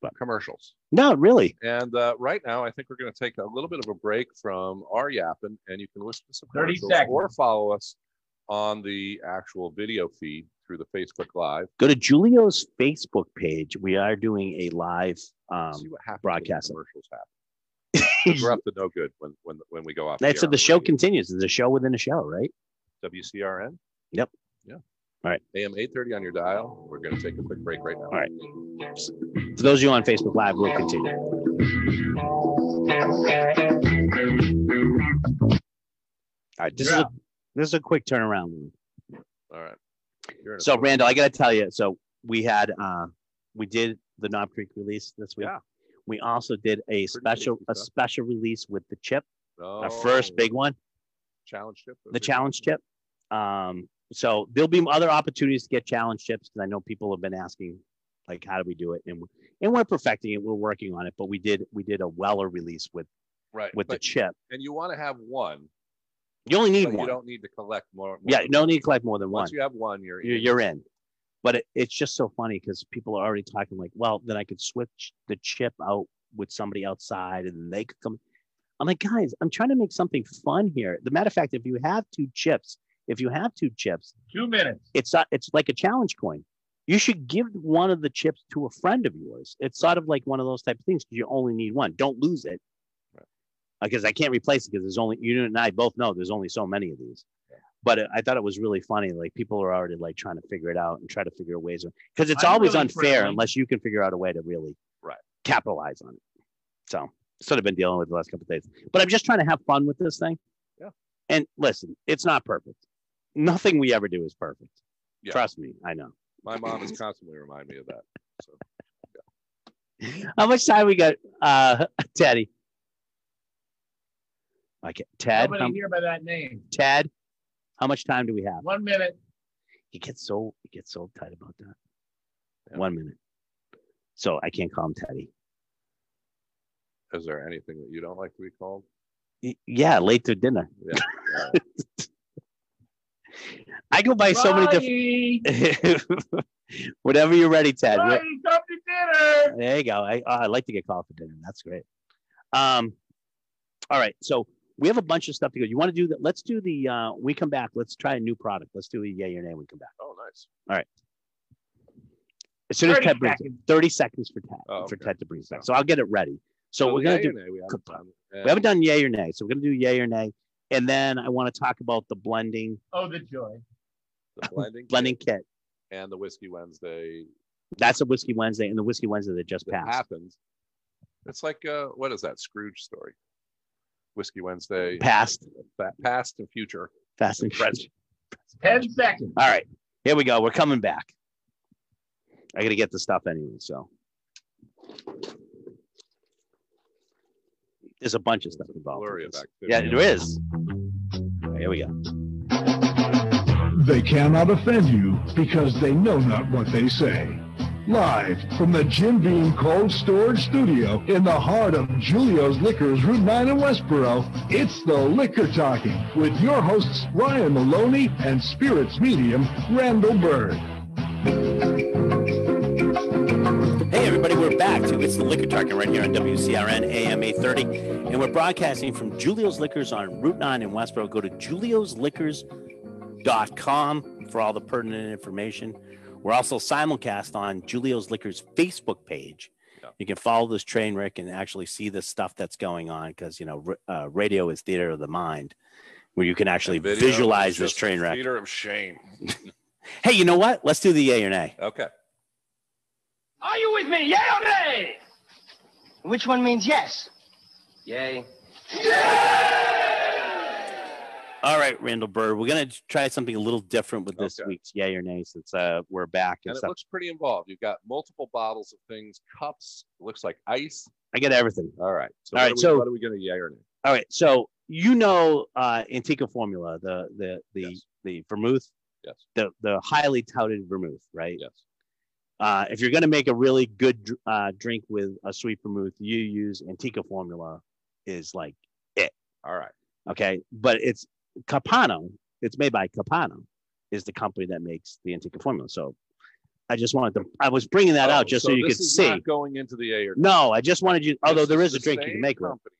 S2: What?
S1: Commercials.
S2: No, really.
S1: And uh, right now, I think we're going to take a little bit of a break from our yapping, and you can listen to some
S5: 30
S1: commercials
S5: seconds.
S1: or follow us on the actual video feed through the Facebook Live.
S2: Go to Julio's Facebook page. We are doing a live.
S1: see
S2: Um,
S1: what happens. when the
S2: broadcast it.
S1: commercials happen. we're up to no good when when when we go off.
S2: that's
S1: air
S2: if the show
S1: radio.
S2: continues. There's a show within a show, right?
S1: WCRN.
S2: Yep.
S1: Yeah.
S2: All right.
S1: AM eight thirty on your dial. We're going to take a quick break right now.
S2: right. For those of you on Facebook Live, we'll continue. All right, this is
S5: Yeah.
S2: a this is a quick turnaround.
S1: All right. You're in a
S2: So
S1: quick-
S2: Randall, I gotta tell you, so we had uh we did the Knob Creek release this week.
S1: Yeah.
S2: We also did a special
S1: tasty
S2: a
S1: stuff.
S2: special release with the chip, our
S1: Oh,
S2: first big one.
S1: challenge chip.
S2: the challenge chip. Um, so there'll be other opportunities to get challenge chips because I know people have been asking, like, how do we do it? And and we're perfecting it. We're working on it, but we did we did a Weller release with
S1: Right.
S2: with the
S1: but,
S2: chip.
S1: and you want to have one.
S2: You only need
S1: but you
S2: one.
S1: don't need to collect more. more
S2: Yeah,
S1: than
S2: you don't need to collect more than one.
S1: Once you have one, you're
S2: You're,
S1: in.
S2: you're in. But it, it's just so funny because people are already talking like, well, then I could switch the chip out with somebody outside, and they could come. I'm like, guys, I'm trying to make something fun here. The matter of fact, if you have two chips, if you have two chips,
S5: Two minutes.
S2: it's not, it's like a challenge coin. You should give one of the chips to a friend of yours. It's sort of like one of those type of things. 'cause You only need one. Don't lose it,
S1: Right.
S2: because I can't replace it. Because there's only you and I both know there's only so many of these.
S1: Yeah.
S2: But it, I thought it was really funny. Like people are already like trying to figure it out and try to figure out ways because it's
S5: I'm
S2: always
S5: really
S2: unfair
S5: friendly.
S2: unless you can figure out a way to really
S1: Right.
S2: capitalize on it. So sort of been dealing with the last couple of days. But I'm just trying to have fun with this thing.
S1: Yeah.
S2: And listen, it's not perfect. Nothing we ever do is perfect.
S1: Yeah.
S2: Trust me, I know.
S1: My mom is constantly remind me of that. So
S2: How much time we got, uh, Teddy? Okay, Ted.
S5: Nobody
S2: How,
S5: here by that name.
S2: Ted, how much time do we have?
S5: One minute.
S2: He gets so he gets so tight about that.
S1: Yeah.
S2: One minute. So I can't call him Teddy.
S1: is there anything that you don't like to be called?
S2: Y- Yeah, late to dinner.
S1: Yeah.
S2: I go by so many different.
S5: Roddy!
S2: Whatever you're ready, Ted. Wh-
S5: Roddy, come to dinner.
S2: There you go. I, oh, I like to get called for dinner. That's great. Um, all right. So we have a bunch of stuff to go. You want to do that? Let's do the. Uh, we come back. Let's try a new product. Let's do a yeah your name. We come back
S1: Oh, nice.
S2: as soon as
S5: 30
S2: Ted brings it.
S5: seconds.
S2: Thirty seconds for Ted
S1: Oh,
S2: for
S1: okay.
S2: Ted to bring it back. So I'll get it ready. So we're gonna
S1: yay
S2: do.
S1: or nay, we haven't done.
S2: We haven't done yay or nay. So we're gonna do yay or nay, and then I want to talk about the blending
S5: Oh, the joy.
S1: the blending,
S2: blending
S1: kit
S2: kit.
S1: and the whiskey Wednesday
S2: That's a whiskey Wednesday and the whiskey Wednesday that just
S1: that
S2: passed.
S1: happens. It's like uh, what is that Scrooge story? Whiskey Wednesday,
S2: Past,
S1: pa- past and future.
S2: fast and fresh.
S5: Ten seconds.
S2: All right, here we go. We're coming back. I gotta get the stuff anyway, so there's a bunch of stuff involved. with
S1: Flurry of
S2: this.
S1: activity.
S2: Yeah, there is. Here we go.
S4: They cannot offend you because they know not what they say. Live from the Jim Beam Cold Storage Studio in the heart of Julio's Liquors, Route 9 in Westboro, it's The Liquor Talking with your hosts Ryan Maloney and Spirits Medium Randall Bird.
S2: Hey everybody, we're back to It's the Liquor Talking right here on WCRN AM 830. And we're broadcasting from Julio's Liquors on Route 9 in Westboro. Go to juliosliquors.com for all the pertinent information. We're also simulcast on Julio's Liquor's Facebook page.
S1: Yeah.
S2: You can follow this train wreck and actually see the stuff that's going on because you know r- uh, radio is theater of the mind, where you can actually
S1: And video
S2: visualize
S1: is
S2: this
S1: just
S2: train wreck.
S1: Theater of shame.
S2: Hey, you know what? Let's do the yay or nay.
S1: Okay.
S5: Are you with me? Yay or nay?
S6: Which one means yes?
S5: Yay.
S2: All right, Randall Burr, we're gonna try something a little different with this
S1: Okay.
S2: week's yay or nay since uh, we're back and,
S1: And it
S2: stuff.
S1: looks pretty involved. You've got multiple bottles of things, cups, looks like ice.
S2: I got everything.
S1: All right. So, what,
S2: All right,
S1: are we,
S2: so-
S1: what are we going to yay or nay?
S2: All right, so you know uh, Antica Formula, the the the
S1: Yes.
S2: the vermouth,
S1: Yes.
S2: the the highly touted vermouth, right?
S1: Yes.
S2: Uh, if you're going to make a really good dr- uh, drink with a sweet vermouth, you use Antica Formula is like
S1: All right.
S2: okay, but it's Capano. It's made by Capano, is the company that makes the Antica Formula. So I just wanted to. I was bringing that
S1: Oh,
S2: out just so, you
S1: this
S2: could
S1: is
S2: see.
S1: not going into the yay or nay.
S2: no, I just wanted you. Although
S1: This
S2: there is
S1: the
S2: a drink you
S1: same
S2: can make with. it.
S1: company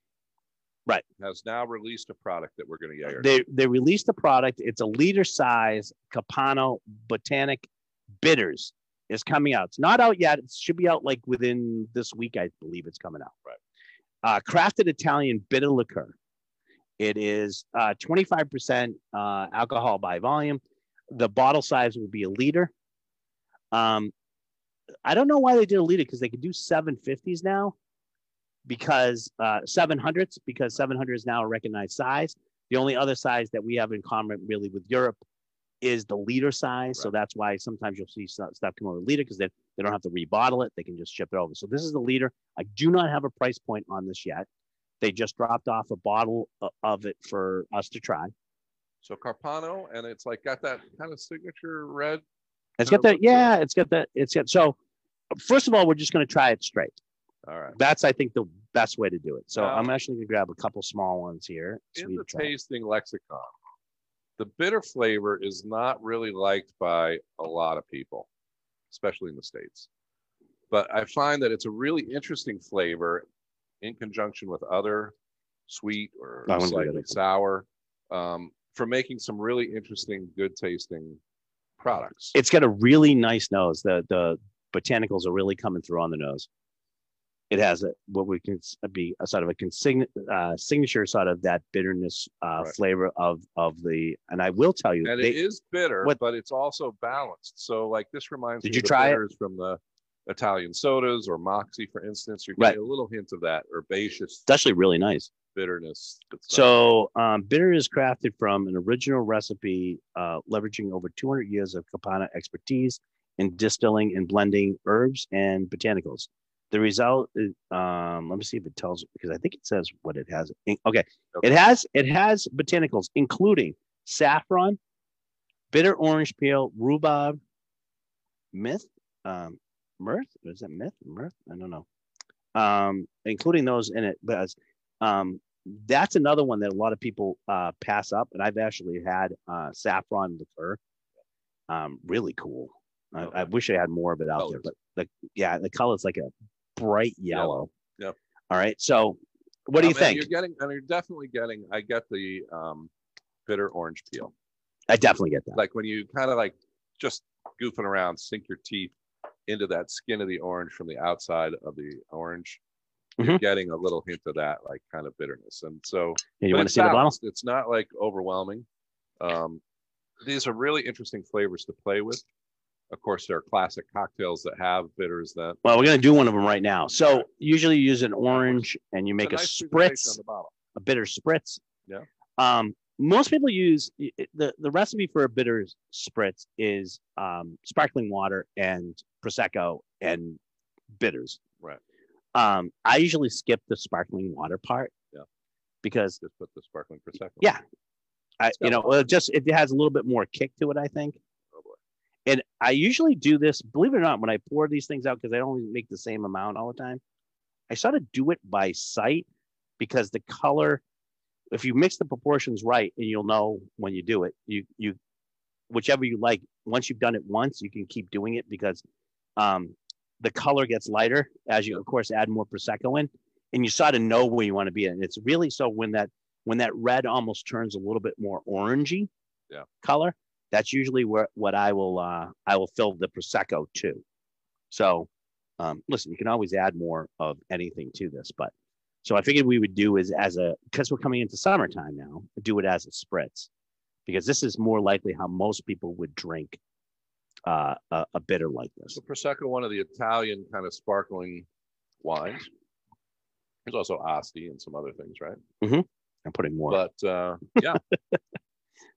S2: Right.
S1: Has now released a product that we're going to yay or nay.
S2: they they released a product. It's a liter size Capano Botanic Bitters is coming out. It's not out yet. It should be out like within this week, I believe it's coming out.
S1: Right.
S2: Uh, crafted Italian bitter liqueur. It is uh, 25% uh, alcohol by volume. The bottle size will be a liter. Um, I don't know why they did a liter because they could do 750s now because uh, 700s because 700 is now a recognized size. The only other size that we have in common really with Europe is the liter size. So that's why sometimes you'll see stuff, stuff come over the liter because they, they don't have to rebottle it. They can just ship it over. So this is the liter. I do not have a price point on this yet. They just dropped off a bottle o- of it for us to try.
S1: So Carpano, and it's like got that kind of signature red.
S2: It's
S1: Kinda
S2: got that.
S1: look good.
S2: Yeah, it's got that. It's got. So first of all, we're just going to try it straight.
S1: All right.
S2: That's I think the best way to do it. So
S1: Now-
S2: I'm actually going to grab a couple small ones here. so
S1: in
S2: we
S1: the
S2: can try.
S1: tasting lexicon, the bitter flavor is not really liked by a lot of people, especially in the States. But I find that it's a really interesting flavor in conjunction with other sweet or
S2: I wouldn't do that
S1: slightly
S2: either.
S1: sour um, for making some really interesting, good tasting products.
S2: it's got a really nice nose. The the botanicals are really coming through on the nose. It has a, what we can s- be a sort of a consign, uh, signature sort of that bitterness uh,
S1: Right.
S2: flavor of of the. And I will tell you,
S1: and
S2: they-
S1: it is bitter,
S2: what-
S1: but it's also balanced. So, like this reminds
S2: Did
S1: me
S2: you
S1: of the
S2: try it?
S1: bitters from the Italian sodas or Moxie, for instance. You're
S2: Right.
S1: getting a little hint of that herbaceous
S2: it's actually really nice.
S1: bitterness. that's not-
S2: So um, bitter is crafted from an original recipe uh, leveraging over 200 years of Capana expertise in distilling and blending herbs and botanicals. The result is, um, let me see if it tells because I think it says what it has. In- Okay.
S1: Okay.
S2: it has it has botanicals including saffron, bitter orange peel, rhubarb, myth, um, mirth. Is that myth? Mirth? I don't know. Um, including those in it, but um, that's another one that a lot of people uh, pass up. And I've actually had uh, saffron liqueur. Um, really cool.
S1: Oh.
S2: I, I wish I had more of it out there,
S1: Colours.
S2: but the yeah, the color's like a bright yellow.
S1: Yep.
S2: All right. So, what do
S1: Um,
S2: you
S1: and
S2: think?
S1: You're getting, and you're definitely getting. I get the um, bitter orange peel.
S2: I definitely get that.
S1: Like when you kind of like just goofing around, sink your teeth into that skin of the orange from the outside of the orange. You're
S2: Mhm.
S1: getting a little hint of that, like kind of bitterness, and so
S2: Hey, you
S1: but
S2: want to
S1: it's
S2: see the bottle?
S1: balanced. It's not like overwhelming. Um, these are really interesting flavors to play with. Of course, there are classic cocktails that have bitters that
S2: Well, we're gonna do one of them right now. So usually you use an orange and you
S1: It's
S2: make a,
S1: nice presentation on
S2: spritz,
S1: the bottle.
S2: a bitter spritz.
S1: Yeah.
S2: Um, most people use i- i- the the recipe for a bitter spritz is um, sparkling water and prosecco and bitters.
S1: Right.
S2: Um, I usually skip the sparkling water part.
S1: Yeah.
S2: Because
S1: Just put the sparkling prosecco. in.
S2: Yeah. I,
S1: It's got
S2: you know,
S1: water.
S2: well, it just it has a little bit more kick to it, I think. And I usually do this, believe it or not, when I pour these things out because I don't make the same amount all the time. I sort of do it by sight because the color, if you mix the proportions right, and you'll know when you do it, you you whichever you like. Once you've done it once, you can keep doing it because um, the color gets lighter as you, of course, add more prosecco in, and you sort of know where you want to be. And it's really so when that when that red almost turns a little bit more orangey
S1: Yeah.
S2: color, That's usually where what I will uh, I will fill the prosecco to. So, um, listen, you can always add more of anything to this, but so I figured we would do is as a because we're coming into summertime now, do it as a spritz because this is more likely how most people would drink uh, a, a bitter like this.
S1: So prosecco, one of the Italian kind of sparkling wines. There's also Asti and some other things, right?
S2: I'm putting more.
S1: But uh,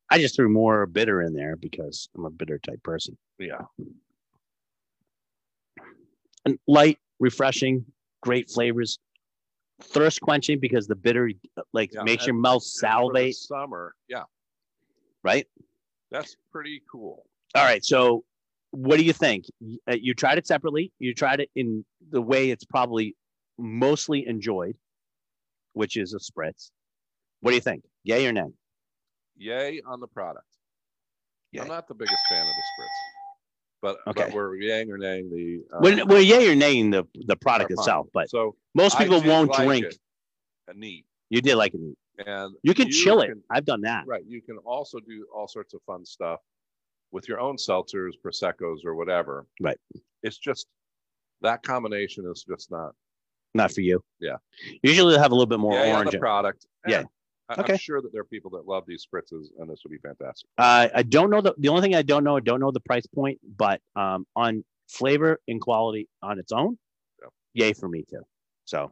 S2: I just threw more bitter in there because I'm a bitter type person.
S1: yeah,
S2: And light, refreshing, great flavors, thirst quenching because the bitter like
S1: Yeah,
S2: makes
S1: and-
S2: your mouth
S1: For the
S2: salivate,
S1: summer. Yeah,
S2: right?
S1: that's pretty cool.
S2: All right. So, what do you think? Y- uh, You tried it separately. You tried it in the way it's probably mostly enjoyed, which is a spritz. What do you think? Yay or nay?
S1: Yay on the product.
S2: Yay.
S1: I'm not the biggest fan of the spritz, but,
S2: Okay.
S1: but we're yang or naying the uh,
S2: Well, well, yay or nay in the the product
S1: our product.
S2: itself, but
S1: so
S2: most
S1: I
S2: people
S1: did
S2: won't
S1: like
S2: drink.
S1: it, uh, neat,
S2: You did like it.
S1: and
S2: You can chill it.
S1: can-
S2: I've done that.
S1: Right. You can also do all sorts of fun stuff with your own seltzers, proseccos, or whatever.
S2: Right.
S1: It's just that combination is just not.
S2: Not for you.
S1: Yeah.
S2: Usually they'll have a little bit more
S1: yeah,
S2: orange.
S1: the product.
S2: Yeah.
S1: I,
S2: Okay.
S1: I'm sure that there are people that love these spritzes, and this would be fantastic.
S2: Uh, I don't know the the only thing I don't know. I don't know the price point, but um, on flavor and quality on its own,
S1: Yep.
S2: yay for me too. So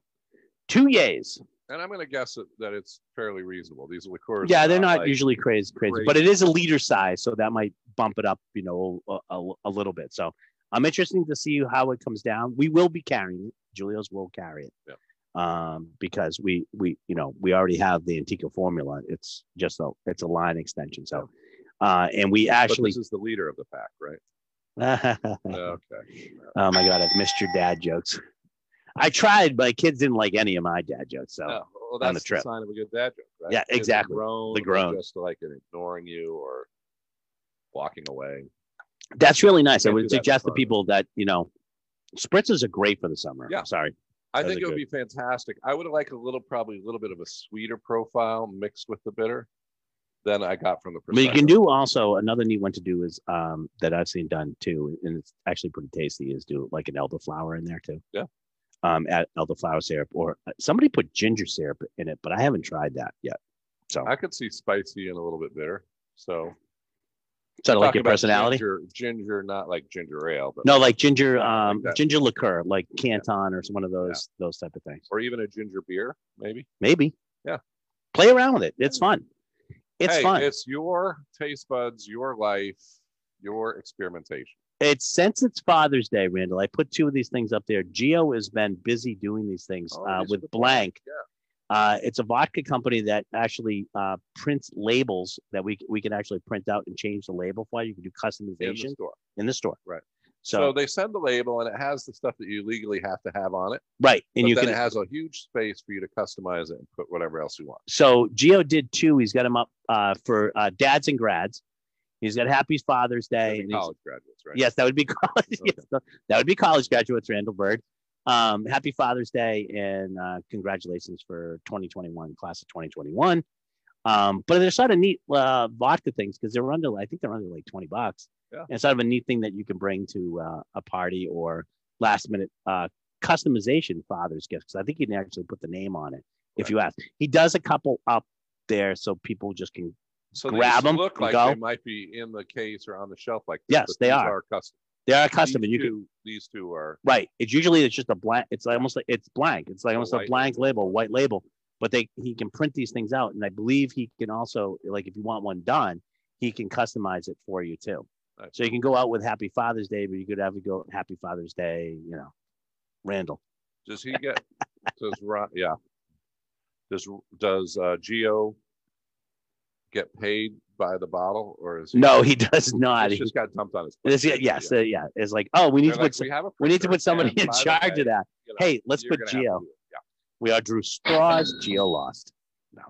S2: two yays.
S1: And I'm going to guess that, that it's fairly reasonable. These liqueurs.
S2: Yeah,
S1: are
S2: they're not
S1: like-
S2: usually crazy, crazy,
S1: crazy.
S2: but it is a liter size, so that might bump it up, you know, a, a, a little bit. So I'm interested to see how it comes down. We will be carrying it. Julio's will carry it.
S1: Yep.
S2: Um, because we we you know we already have the Antico formula. It's just a it's a line extension. So, uh, and we
S1: But
S2: actually
S1: this is the leader of the pack, right?
S2: oh
S1: Okay.
S2: my god, I've missed your dad jokes. I tried, my kids didn't like any of my dad jokes. So
S1: Oh, well, that's
S2: the trip.
S1: sign of a good dad joke, right?
S2: Yeah,
S1: Is it
S2: exactly.
S1: Grown,
S2: The
S1: or
S2: grown.
S1: just like an ignoring you or walking away.
S2: that's really nice. I
S1: Can't
S2: would
S1: do that for
S2: suggest to
S1: fun.
S2: people that you know, spritzes are great for the summer.
S1: Yeah.
S2: I'm sorry.
S1: I
S2: Those
S1: think
S2: are
S1: it would be fantastic. I would like a little, probably a little bit of a sweeter profile mixed with the bitter than I got from the.
S2: But you can
S1: Prosecco.
S2: do also another neat one to do is um, that I've seen done too, and it's actually pretty tasty. Is do like an elderflower in there too.
S1: Yeah.
S2: Um, add elderflower syrup, or uh, somebody put ginger syrup in it, but I haven't tried that yet. So,
S1: I could see spicy and a little bit bitter. So
S2: sort of like
S1: talking
S2: your
S1: about
S2: personality.
S1: ginger, ginger, not like ginger ale, but
S2: No, like ginger,
S1: Yeah, like
S2: um,
S1: that.
S2: ginger liqueur, like Canton or one of those those type of things.
S1: or even a ginger beer, maybe.
S2: Maybe.
S1: Yeah.
S2: Play around with it. It's fun. It's
S1: Hey,
S2: fun. It's,
S1: It's your taste buds, your life, your experimentation.
S2: since it's Father's Day, Randall. I put two of these things up there. Geo has been busy doing these things
S1: Oh,
S2: uh,
S1: these are
S2: with
S1: the
S2: Blank.
S1: Yeah.
S2: Uh, it's a vodka company that actually uh, prints labels that we we can actually print out and change the label for. You can do
S1: in the
S2: customization in the,
S1: store.
S2: store.
S1: Right.
S2: So,
S1: So, they send the label and it has the stuff that you legally have to have on it.
S2: right, and
S1: but
S2: you
S1: then
S2: can
S1: it has a huge space for you to customize it and put whatever else you want.
S2: so Geo did two. He's got them up uh, for uh, dads and grads. He's got Happy Father's Day.
S1: Maybe
S2: And he's-
S1: college graduates, right?
S2: Yes, that would be college. yes, that would be college graduates, Randall Bird. Um, happy Father's Day and uh, congratulations for 2021 class of 2021. Um, but they're sort of neat uh, vodka things because they're under, I think they're under like 20 bucks.
S1: Yeah.
S2: And it's sort of a neat thing that you can bring to uh, a party or last minute uh, customization father's gift. Because I think you can actually put the name on it if
S1: Right.
S2: you ask. He does a couple up there so people just can
S1: So
S2: Grab
S1: these
S2: 'em
S1: Look
S2: and
S1: like
S2: go.
S1: they might be in the case or on the shelf like this.
S2: Yes,
S1: but
S2: they
S1: these
S2: are.
S1: custom.
S2: they are custom
S1: These
S2: and you can
S1: two- These two are.
S2: Right. It's usually it's just a blank. It's almost like it's blank. It's like almost a
S1: white
S2: blank label, white label. But they he can print these things out, and I believe he can also like if you want one done, he can customize it for you too.
S1: Nice.
S2: So you can go out with Happy Father's Day, but you could have it go Happy Father's Day, you know, Randall.
S1: Does he get? does Ron? Yeah. Does does uh, Geo get paid by the bottle or is he,
S2: No, he does not.
S1: It's
S2: He,
S1: just got dumped on his. plate.
S2: this, yes,
S1: Yeah.
S2: uh, yeah. It's like oh, we need
S1: They're
S2: to
S1: like,
S2: put
S1: we, have a
S2: we need to
S1: printer,
S2: put somebody
S1: and
S2: in
S1: by the
S2: charge
S1: way,
S2: of that.
S1: you know,
S2: Hey, let's
S1: you're
S2: put
S1: gonna have to
S2: Geo.
S1: do it. Yeah.
S2: We all drew straws. Geo lost. No,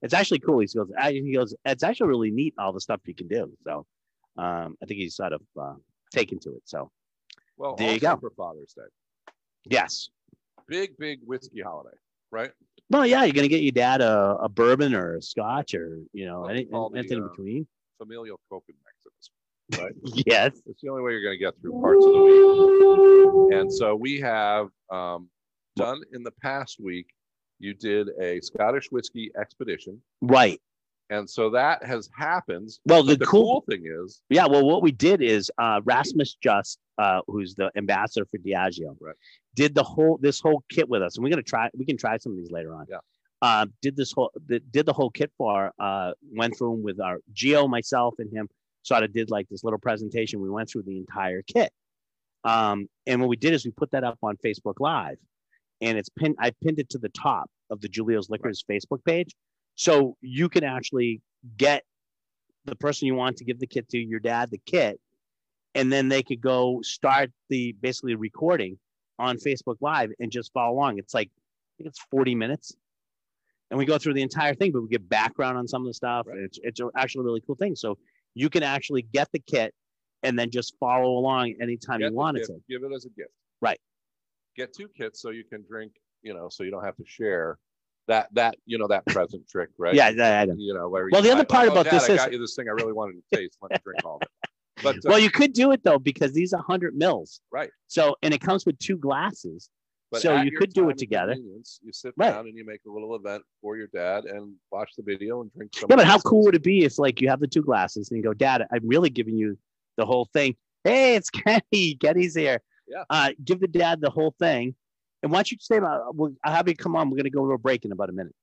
S2: it's actually cool. He goes. I- He goes. It's actually really neat. All the stuff you can do. So, um, I think he's sort of uh, taken to it. So,
S1: Well,
S2: There you
S1: also
S2: go.
S1: for Father's Day.
S2: yes.
S1: Big big whiskey holiday, right?
S2: Well, yeah, you're gonna get your dad a, a bourbon or a scotch or you know
S1: Well,
S2: any,
S1: all the,
S2: anything in
S1: uh,
S2: between.
S1: Familial coping mechanisms. right?
S2: Yes.
S1: It's the only way you're going to get through parts of the week. And so we have um, done in the past week, you did a Scottish whiskey expedition.
S2: Right.
S1: And so that has happened.
S2: Well,
S1: But
S2: the, cool,
S1: thing is,
S2: yeah. Well, what we did is uh, Rasmus Just, uh, who's the ambassador for Diageo,
S1: Right.
S2: did the whole this whole kit with us, and we're gonna try. We can try some of these later on.
S1: Yeah.
S2: Uh, did this whole did did the whole kit for our, uh, went through 'em with our Geo, myself, and him. Sort of did like this little presentation. We went through the entire kit, um, and what we did is we put that up on Facebook Live, and it's pinned. I pinned it to the top of the Julio's Liquors Facebook page, so you can actually get the person you want to give the kit to, your dad, the kit, and then they could go start the basically recording on Facebook Live and just follow along. It's like I think it's 40 minutes. And we go through the entire thing, but we get background on some of the stuff.
S1: Right.
S2: It's it's actually a really cool thing. So you can actually get the kit and then just follow along anytime
S1: get
S2: you
S1: the
S2: wanted
S1: gift,
S2: to.
S1: give it as a gift.
S2: Right.
S1: Get two kits so you can drink, you know, so you don't have to share that, that, you know, that present trick, right?
S2: Yeah, that, I know.
S1: You know, where
S2: Well,
S1: you
S2: the other
S1: might
S2: part
S1: like, "Oh,
S2: about
S1: Dad,
S2: this
S1: I
S2: is-
S1: got you this thing I really wanted to taste. Let me drink all of it. But uh,
S2: well, you could do it though because these are 100 mils.
S1: Right.
S2: So and it comes with two glasses.
S1: But
S2: So
S1: at
S2: you
S1: your
S2: could do
S1: time
S2: it
S1: and
S2: together.
S1: convenience, You sit
S2: Right.
S1: down and you make a little event for your dad and watch the video and drink.
S2: Yeah, but
S1: somebody
S2: how
S1: else's.
S2: cool would it be if like you have the two glasses and you go, Dad, I'm really giving you the whole thing. Hey, it's Kenny. Kenny's here.
S1: Yeah.
S2: Uh, give the dad the whole thing. And why don't you stay? uh, We'll, I'll have you come on. We're gonna go to a break in about a minute.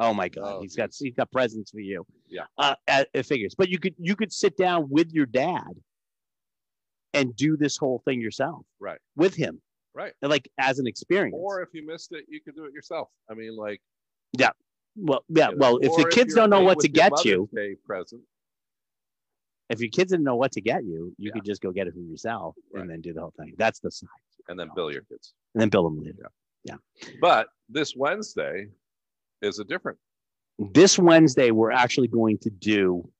S2: Oh my God,
S1: Oh,
S2: he's got he's got presents for you.
S1: Yeah.
S2: Uh, uh, it figures. But you could you could sit down with your dad and do this whole thing yourself.
S1: Right.
S2: With him.
S1: Right.
S2: And, like as an experience.
S1: Or if you missed it, you could do it yourself. I mean, like.
S2: well,
S1: you
S2: yeah.
S1: know,
S2: Well, if
S1: or
S2: the kids
S1: you're
S2: don't know
S1: playing
S2: what
S1: with
S2: to
S1: your
S2: get you,
S1: Mother's Day present.
S2: if your kids didn't know what to get you, you
S1: Yeah.
S2: could just go get it from yourself
S1: Right.
S2: and then do the whole thing. That's the side.
S1: and then bill your kids.
S2: And then bill them later.
S1: But this Wednesday is a different.
S2: This Wednesday, we're actually going to do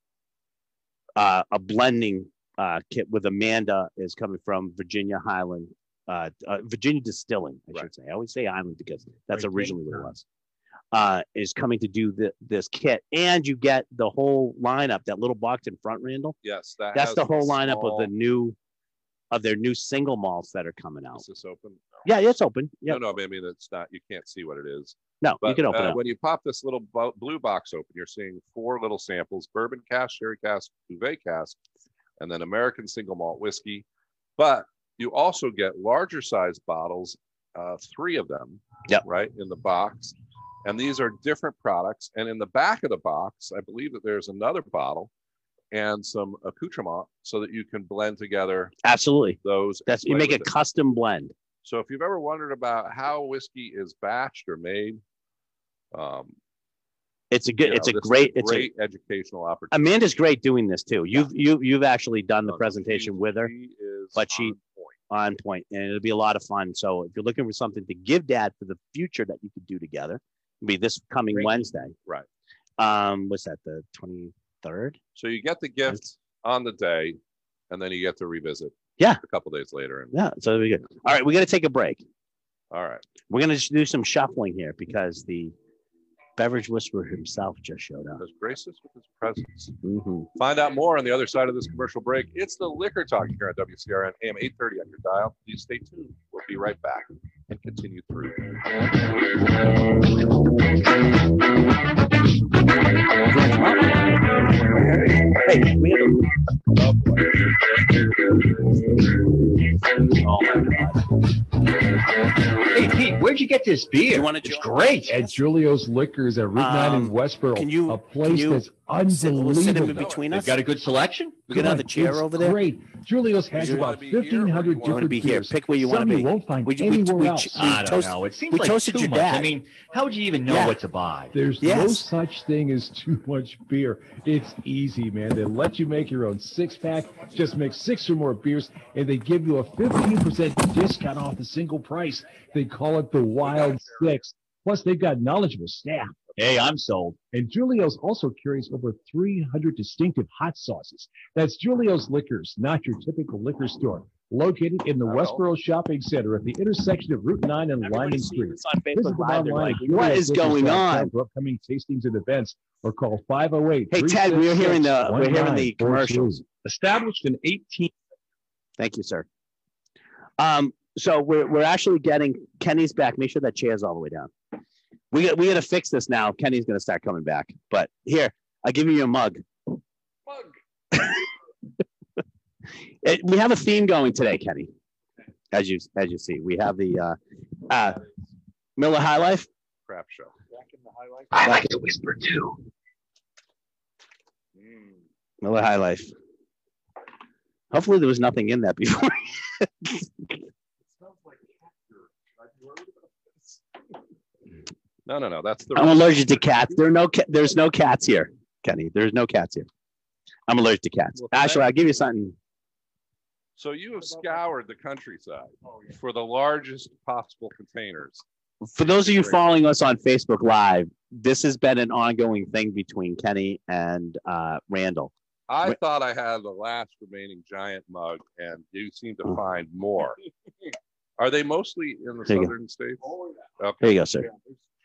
S2: uh, a blending uh, kit with Amanda is coming from Virginia Highland, uh, uh, Virginia Distilling, I
S1: Right.
S2: should say. I always say Island because that's
S4: Virginia.
S2: originally what it was. Uh, is coming to do the, this kit, and you get the whole lineup. That little box in front, Randall.
S1: Yes, that
S2: That's
S1: has
S2: the whole lineup of the
S1: small-
S2: new, of their new single malts that are coming out.
S1: Is this open? No.
S2: Yeah, it's open. Yeah,
S1: No, no, maybe that's not. You can't see what it is.
S2: No,
S1: But
S2: you can open
S1: uh,
S2: it. Up.
S1: when you pop this little bo- blue box open, you're seeing four little samples: bourbon cask, sherry cask, duvet cask, and then American single malt whiskey. But you also get larger size bottles, uh, three of them,
S2: Yep.
S1: right in the box. And these are different products. And in the back of the box, I believe that there's another bottle and some accoutrement so that you can blend together
S2: Absolutely.
S1: those. and
S2: That's you
S1: play
S2: make a
S1: with it.
S2: custom blend.
S1: So if you've ever wondered about how whiskey is batched or made, um,
S2: It's a good.
S1: you
S2: it's
S1: know,
S2: a
S1: this is
S2: great. It's
S1: great educational
S2: a
S1: opportunity.
S2: Amanda's great doing this too. You've you you've actually done the
S1: Um,
S2: presentation
S1: she-
S2: with her
S1: she is
S2: but she-
S1: on point.
S2: on point, and it'll be a lot of fun. So if you're looking for something to give Dad for the future that you could do together, it'll be this coming
S4: Great.
S2: Wednesday.
S1: Right.
S2: Um. What's that? The twenty third.
S1: So you get the gift on the day, and then you get to revisit.
S2: Yeah.
S1: a couple days later, and
S2: Yeah. So it'll be good. All right. We got to take a break.
S1: all right,
S2: We're gonna just do some shuffling here because the beverage whisperer himself just showed up.
S1: has gracious with his presence.
S2: hmm
S1: Find out more on the other side of this commercial break. It's the Liquor Talk here on WCRN AM 830 on your dial. Please stay tuned. We'll be right back and continue through.
S6: Hey, Pete, where'd you get this beer?
S2: You wanna
S6: it's
S2: join?
S6: great.
S4: At Julio's Liquors at Route 9 in
S2: Um,
S4: Westboro,
S2: can you-
S4: a place
S2: can you
S4: that's
S2: Sit,
S4: unbelievable.
S2: we'll sit him in between
S6: They've
S2: us.
S6: got a good selection.
S2: We got another chair
S4: It's
S2: over there.
S4: Great. Julio's has
S1: Do you wanna
S4: about
S1: be here or do you
S4: 1,500
S1: wanna
S2: You want to
S4: different
S2: be here.
S4: beers.
S2: Pick where you want
S4: Some
S2: to
S4: you
S2: be.
S4: won't find
S2: We- we-
S4: anywhere
S2: we-
S4: else.
S2: we-
S4: Ah,
S6: I don't
S2: toast-
S6: know. It seems
S2: we
S6: like
S2: toasted
S6: too
S2: your
S6: much.
S2: dad.
S6: I mean, how would you even know
S2: Yeah.
S6: what to buy?
S4: There's no
S2: Yes.
S4: such thing as too much beer. It's easy, man. They let you make your own six pack, just make six or more beers, and they give you a 15% discount off the single price. They call it the Wild Six. Plus, they've got knowledgeable staff. Hey, I'm sold. And Julio's also carries over 300 distinctive hot sauces. That's Julio's Liquors, not your typical liquor store.
S7: located in the
S1: Hello.
S7: Westboro Shopping Center at the intersection of Route 9 and
S2: Everybody
S7: Lyman
S2: sees
S7: Street.
S2: this on
S7: Visit
S2: Facebook
S7: them
S2: Live. They're
S7: online
S2: like,
S7: at
S2: what is going
S7: juliuslickers.com
S2: on?
S7: For upcoming tastings and events, or call 508.
S2: Hey, Ted, we were hearing the- we're hearing the
S7: 366-1942.
S2: commercials.
S7: Established in 18.
S2: Thank you, sir. Um, so we're, we're actually getting Kenny's back. Make sure that chair's all the way down. We got we got to fix this now. Kenny's gonna start coming back. But here, I give you your mug.
S5: Mug.
S2: It, we have a theme going today, Kenny. As you as you see, we have the uh, uh, Miller High Life.
S1: crap show.
S5: I like to whisper too.
S2: Miller High Life. Hopefully, there was nothing in that before.
S1: No, no, no. That's the
S2: I'm allergic to cats. There are no ca- there's no cats here, Kenny. There's no cats here. I'm allergic to cats.
S1: Well,
S2: Actually, I'll give you something.
S1: so you have scoured the countryside for the largest possible containers.
S2: For those of you
S1: Great.
S2: following us on Facebook Live, this has been an ongoing thing between Kenny and uh, Randall.
S1: I
S2: Wait.
S1: thought I had the last remaining giant mug, and you seem to
S2: Oh.
S1: find more. Are they mostly in the
S2: There you go.
S1: southern states?
S2: There you go, sir.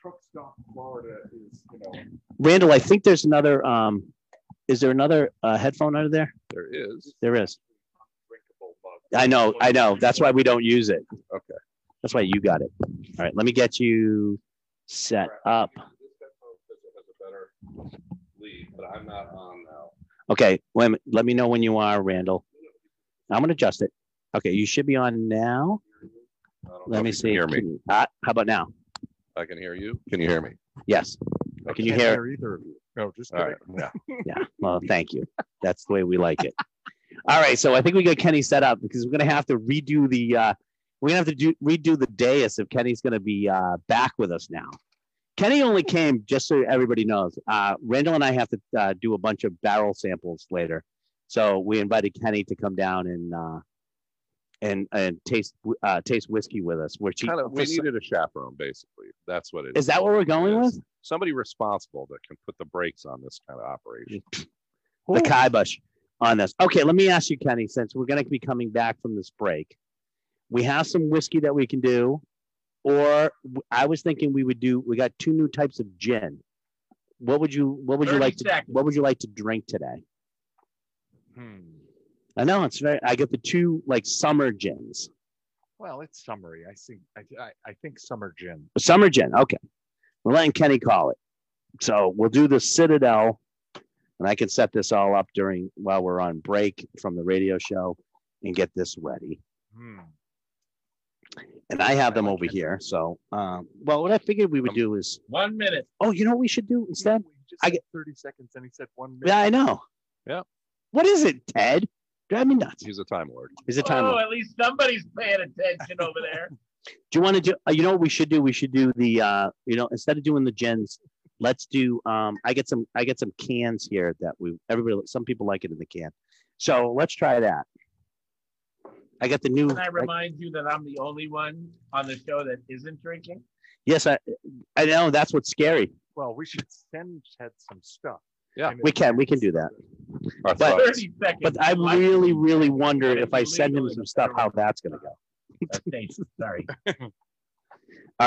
S4: Truck stop Florida is, you know.
S2: Randall, I think there's another. Um, is there another uh, headphone under there?
S1: There is.
S2: There is. I know. I know. That's why we don't use it.
S1: Okay.
S2: That's why you got it. All right. Let me get you set up.
S1: but I'm not on now.
S2: Okay, wait a minute. Let me know when you are, Randall. I'm gonna adjust it. Okay, you should be on now.
S1: I don't know
S2: Let
S1: if
S2: me
S1: Oh, you can
S2: see.
S1: Hear me?
S2: Can you- ah, how about now?
S1: I can hear you. Can you hear me?
S2: Yes. Can you hear?
S4: either of you. No, just
S1: All right. Yeah.
S2: Yeah. Well, thank you. That's the way we like it. All right. So I think we got Kenny set up because we're gonna have to redo the. Uh, we're gonna have to do redo the dais if Kenny's gonna be uh, back with us now. Kenny only came just so everybody knows. Uh, Randall and I have to uh, do a bunch of barrel samples later, so we invited Kenny to come down and uh, and and taste uh, taste whiskey with us. Which he,
S1: Kind of,
S2: for
S1: we
S2: some-
S1: needed a chaperone, basically. That's what it is.
S2: is that what we're going
S1: It
S2: with?
S1: is. Somebody responsible that can put the brakes on this kind of operation.
S2: the kibosh on this. Okay, let me ask you, Kenny, since we're going to be coming back from this break, we have some whiskey that we can do, or w- I was thinking we would do. We got two new types of gin. What would you What would you
S5: 30
S2: like to
S5: seconds.
S2: What would you like to drink today?
S5: Hmm.
S2: I know it's very. I got the two like summer gins.
S4: Well, it's summary. I think, I, I, I think summer gin.
S2: Summer gin. Okay, we're letting Kenny call it. So we'll do the Citadel, and I can set this all up during while we're on break from the radio show, and get this ready.
S4: Hmm.
S2: and I have them over here. So, um, well, what I figured we would
S1: Um,
S2: do is,
S5: One minute.
S2: oh, you know what we should do instead?
S4: He just
S2: I
S4: said
S2: get-
S4: 30 seconds and he said one minute.
S2: Yeah, I know.
S1: Yeah.
S2: What is it, Ted? Drive me nuts.
S1: He's a time lord.
S2: Is it time?
S5: Oh,
S2: limit?
S5: at least somebody's paying attention over there.
S2: Do you want to do? Uh, you know what we should do? We should do the. Uh, you know, instead of doing the gens, let's do. Um, I get some. I get some cans here that we. Everybody. Some people like it in the can. So let's try that. I got the new.
S5: Can I
S2: I-
S5: remind you that I'm the only one on the show that isn't drinking?
S2: yes, I. I know that's what's scary.
S4: Well, we should send Ted some stuff.
S1: Yeah.
S4: I mean,
S2: We can. We can do that.
S1: Our
S2: But-
S1: thoughts.
S5: 30 seconds.
S2: But I really, really wonder if I send him some stuff, how that's gonna go.
S5: Thanks. Sorry.
S2: All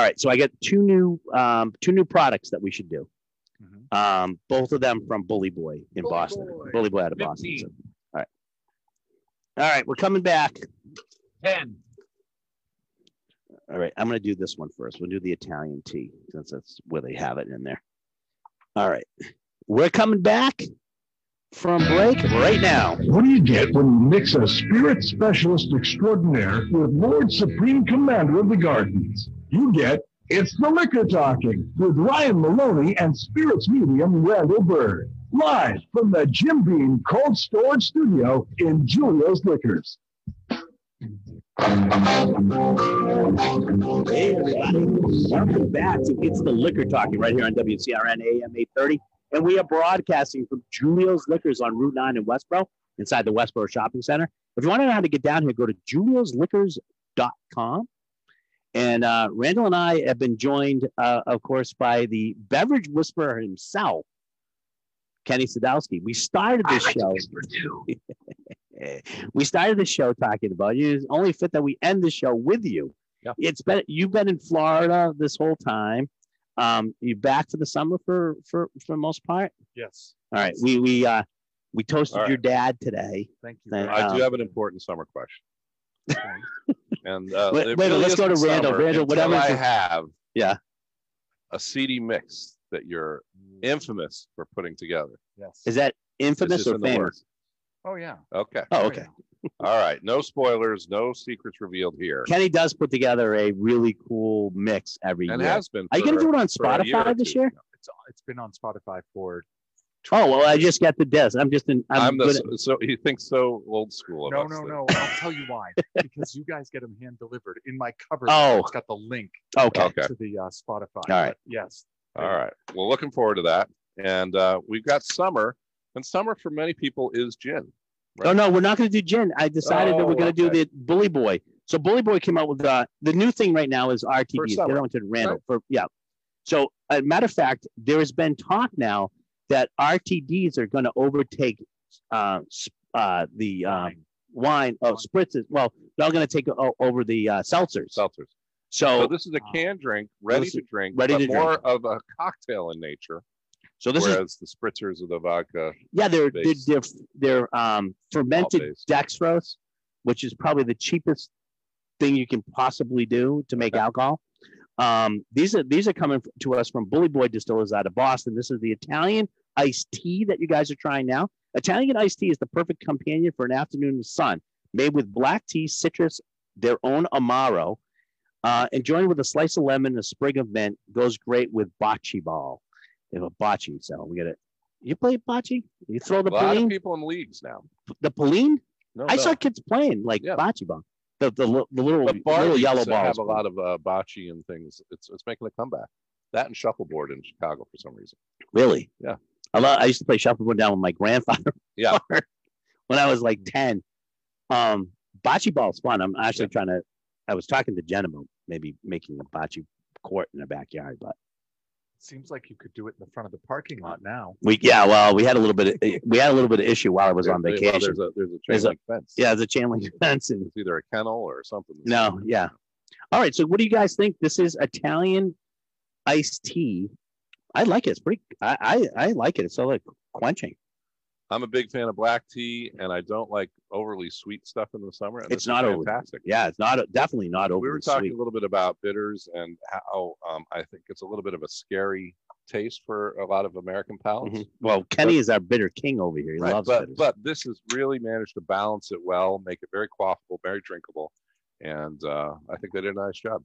S2: right, so I got two new um, two new products that we should do. Um, both of them from Bully Boy in
S5: Bully
S2: Boston.
S4: Oh,
S5: Boy.
S2: Bully Boy out of Boston.
S5: 15.
S2: so- All right. All right, we're coming back.
S5: 10.
S2: All right, I'm going to do this one first. We'll do the Italian tea since that's where they have it in there. All right, we're coming back from break right now.
S4: What do you get when you mix a spirit specialist extraordinaire with Lord Supreme Commander of the Gardens? You get It's the Liquor Talking with Ryan Maloney and Spirits Medium Randall Bird. Live from the Jim Beam Cold Storage Studio in Julio's Liquors.
S2: Hey, everybody. Welcome back to It's the Liquor Talking right here on WCRN AM 830. And we are broadcasting from Julio's Liquors on Route 9 in Westboro, inside the Westboro Shopping Center. If you want to know how to get down here, go to juliosliquors.com. And uh, Randall and I have been joined, uh, of course, by the beverage whisperer himself, Kenny Sadowski. We started this show. Eh, we started the show talking about you. It's only fit that we end the show with you.
S1: Yeah.
S2: It's been you've been in Florida this whole time. Um, you back for the summer for for for the most part.
S1: Yes.
S2: All right, we we uh we toasted
S1: All right.
S2: your dad today.
S1: Thank you.
S2: Then,
S1: I
S2: um,
S1: do have an important summer question. and uh,
S2: Wait-
S1: it
S2: wait, let's go
S1: isn't
S2: to Randall.
S1: summer
S2: Randall,
S1: until
S2: whatever
S1: I
S2: you-
S1: have.
S2: Yeah.
S1: A CD mix that you're infamous for putting together.
S7: Yes.
S2: Is that
S1: It's
S2: infamous
S1: just
S2: or
S1: in the
S2: famous?
S1: works.
S7: oh yeah.
S1: Okay.
S2: Oh, okay.
S1: All right. No spoilers. No secrets revealed here.
S2: Kenny does put together a really cool mix every
S1: and
S2: year.
S1: has been.
S2: Are you going to
S1: for-
S2: do it on
S1: for a year or
S2: Spotify this
S1: two.
S2: year?
S8: It's it's been on Spotify for
S2: Oh well, I just got the disc. I'm just in. I'm,
S1: I'm, the
S2: good-
S1: so, so he thinks so old school. Of
S8: no
S1: us
S8: no
S1: that-
S8: no. I'll tell you why. Because you guys get them hand delivered in my cupboard.
S2: Oh.
S8: it's got the link
S2: okay.
S1: Okay.
S8: to the uh, Spotify. All
S2: right.
S8: Yes.
S1: All right. Well, looking forward to that. And uh, we've got summer, and summer for many people is gin.
S2: Oh no, we're not going to do gin. I decided that we're
S1: Oh,
S2: going to
S1: okay.
S2: do the Bully Boy. So Bully Boy came out with uh, the new thing right now is RTDs. They
S1: summer.
S2: don't do Randall for yeah. So a matter of fact, there has been talk now that RTDs are going to overtake uh, s- uh, the uh, wine of spritzes. Well, they're going to take o- over the uh, seltzers. So,
S1: Seltzers. So this is a canned drink, ready
S2: Oh, this
S1: to
S2: is
S1: drink,
S2: ready
S1: but
S2: to drink.
S1: more of a cocktail in nature.
S2: so this is
S1: whereas the spritzers of the vodka,
S2: Yeah, they're they're,
S1: based.
S2: they're they're um fermented
S1: based.
S2: dextrose, which is probably the cheapest thing you can possibly do to make alcohol. Um, these are these are coming f- to us from Bully Boy Distillers out of Boston. This is the Italian iced tea that you guys are trying now. Italian iced tea is the perfect companion for an afternoon in the sun, made with black tea, citrus, their own amaro, uh, and joined with a slice of lemon and a sprig of mint. Goes great with bocce ball. They have a bocce, so we got it. You play bocce? You throw the
S1: a lot of
S2: paline?
S1: people in leagues now.
S2: The paline?
S1: No,
S2: I
S1: no.
S2: saw kids playing like
S1: Yeah.
S2: bocce ball. The the, li- the little
S1: the bar
S2: little yellow
S1: leagues that
S2: balls.
S1: have a lot of uh, bocce and things. It's it's making a comeback. That and shuffleboard in Chicago for some reason.
S2: Really?
S1: Yeah.
S2: I love, I used to play shuffleboard down with my grandfather.
S1: Yeah.
S2: when I was like 10. Um, bocce ball's fun. I'm actually trying to, I was talking to Jen about maybe making a bocce court in the backyard, but
S8: Seems like you could do it in the front of the parking lot now.
S2: we, yeah, well, we had a little bit, of, eh, we had a little bit of issue while I was on
S1: There- there- well,
S2: vacation.
S1: oh, there's a there's a chain
S2: There's a-
S1: link fence.
S2: yeah, there's a chain link fence and
S1: it's either a kennel or something.
S2: No, yeah. All right. So, what do you guys think? This is Italian iced tea. I like it. It's pretty. I I, I like it. It's so like quenching.
S1: I'm a big fan of black tea, and I don't like overly sweet stuff in the summer. and
S2: It's
S1: this is
S2: not overly-
S1: fantastic.
S2: Yeah, it's not definitely not
S1: we
S2: overly
S1: were talking
S2: sweet.
S1: a little bit about bitters and how um, I think it's a little bit of a scary taste for a lot of American palates.
S2: Mhm. Well, Kenny is our bitter king over here. He
S1: Mm-hmm. Right,
S2: loves
S1: but
S2: bitters.
S1: but this has really managed to balance it well, make it very quaffable, very drinkable, and uh, I think they did a nice job.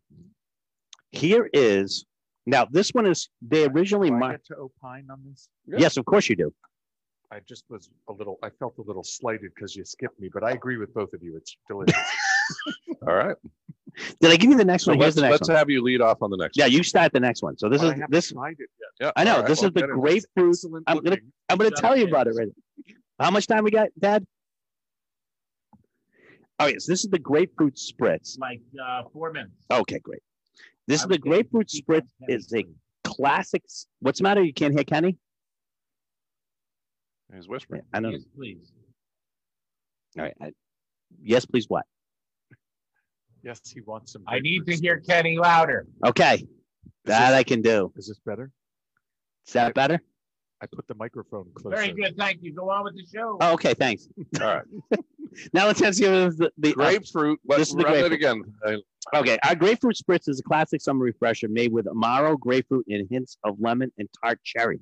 S2: Here is now. This one is they originally.
S8: Do I
S2: mar-
S8: get to opine on this?
S2: yes, of course you do.
S8: I just was a little. I felt a little slighted because you skipped me, but I agree with both of you. It's delicious.
S1: All right,
S2: Did I give you the next
S1: so
S2: one? Here's
S1: let's,
S2: the next
S1: let's
S2: one.
S1: have you lead off on the next.
S2: Yeah, you start the next one. So this
S8: But I
S2: is
S8: haven't
S2: this.
S8: tried it yet.
S1: one. yeah.
S2: I know
S1: all right,
S2: this
S1: well,
S2: is the
S1: bitters.
S2: grapefruit.
S8: Excellent
S2: I'm gonna
S8: looking.
S2: I'm going to
S8: Good
S2: tell
S8: job,
S2: you about it
S8: kids.
S2: right now. How much time we got, Dad? All right, so this is the grapefruit spritz.
S6: Like uh, four minutes.
S2: Okay, great. This is the grapefruit spritz. Is a classic. s- What's the matter? You can't hear Kenny?
S1: He's whispering.
S2: I don't.
S6: Yes, please.
S2: All right. I, yes, please. What?
S8: Yes, he wants some.
S5: I need to
S8: grapefruit
S5: hear
S8: spritz.
S5: Kenny louder.
S2: Okay, that I can do.
S8: Is this better?
S2: Is that better?
S8: I put the microphone closer.
S5: Very good. Thank you. Go on with the show.
S2: Oh, okay. Thanks.
S1: All right,
S2: Now let's answer the, the uh,
S1: grapefruit. Let's
S2: is the
S1: run it
S2: grapefruit.
S1: again. I-
S2: Okay, our grapefruit spritz is a classic summer refresher made with amaro, grapefruit, and hints of lemon and tart cherry.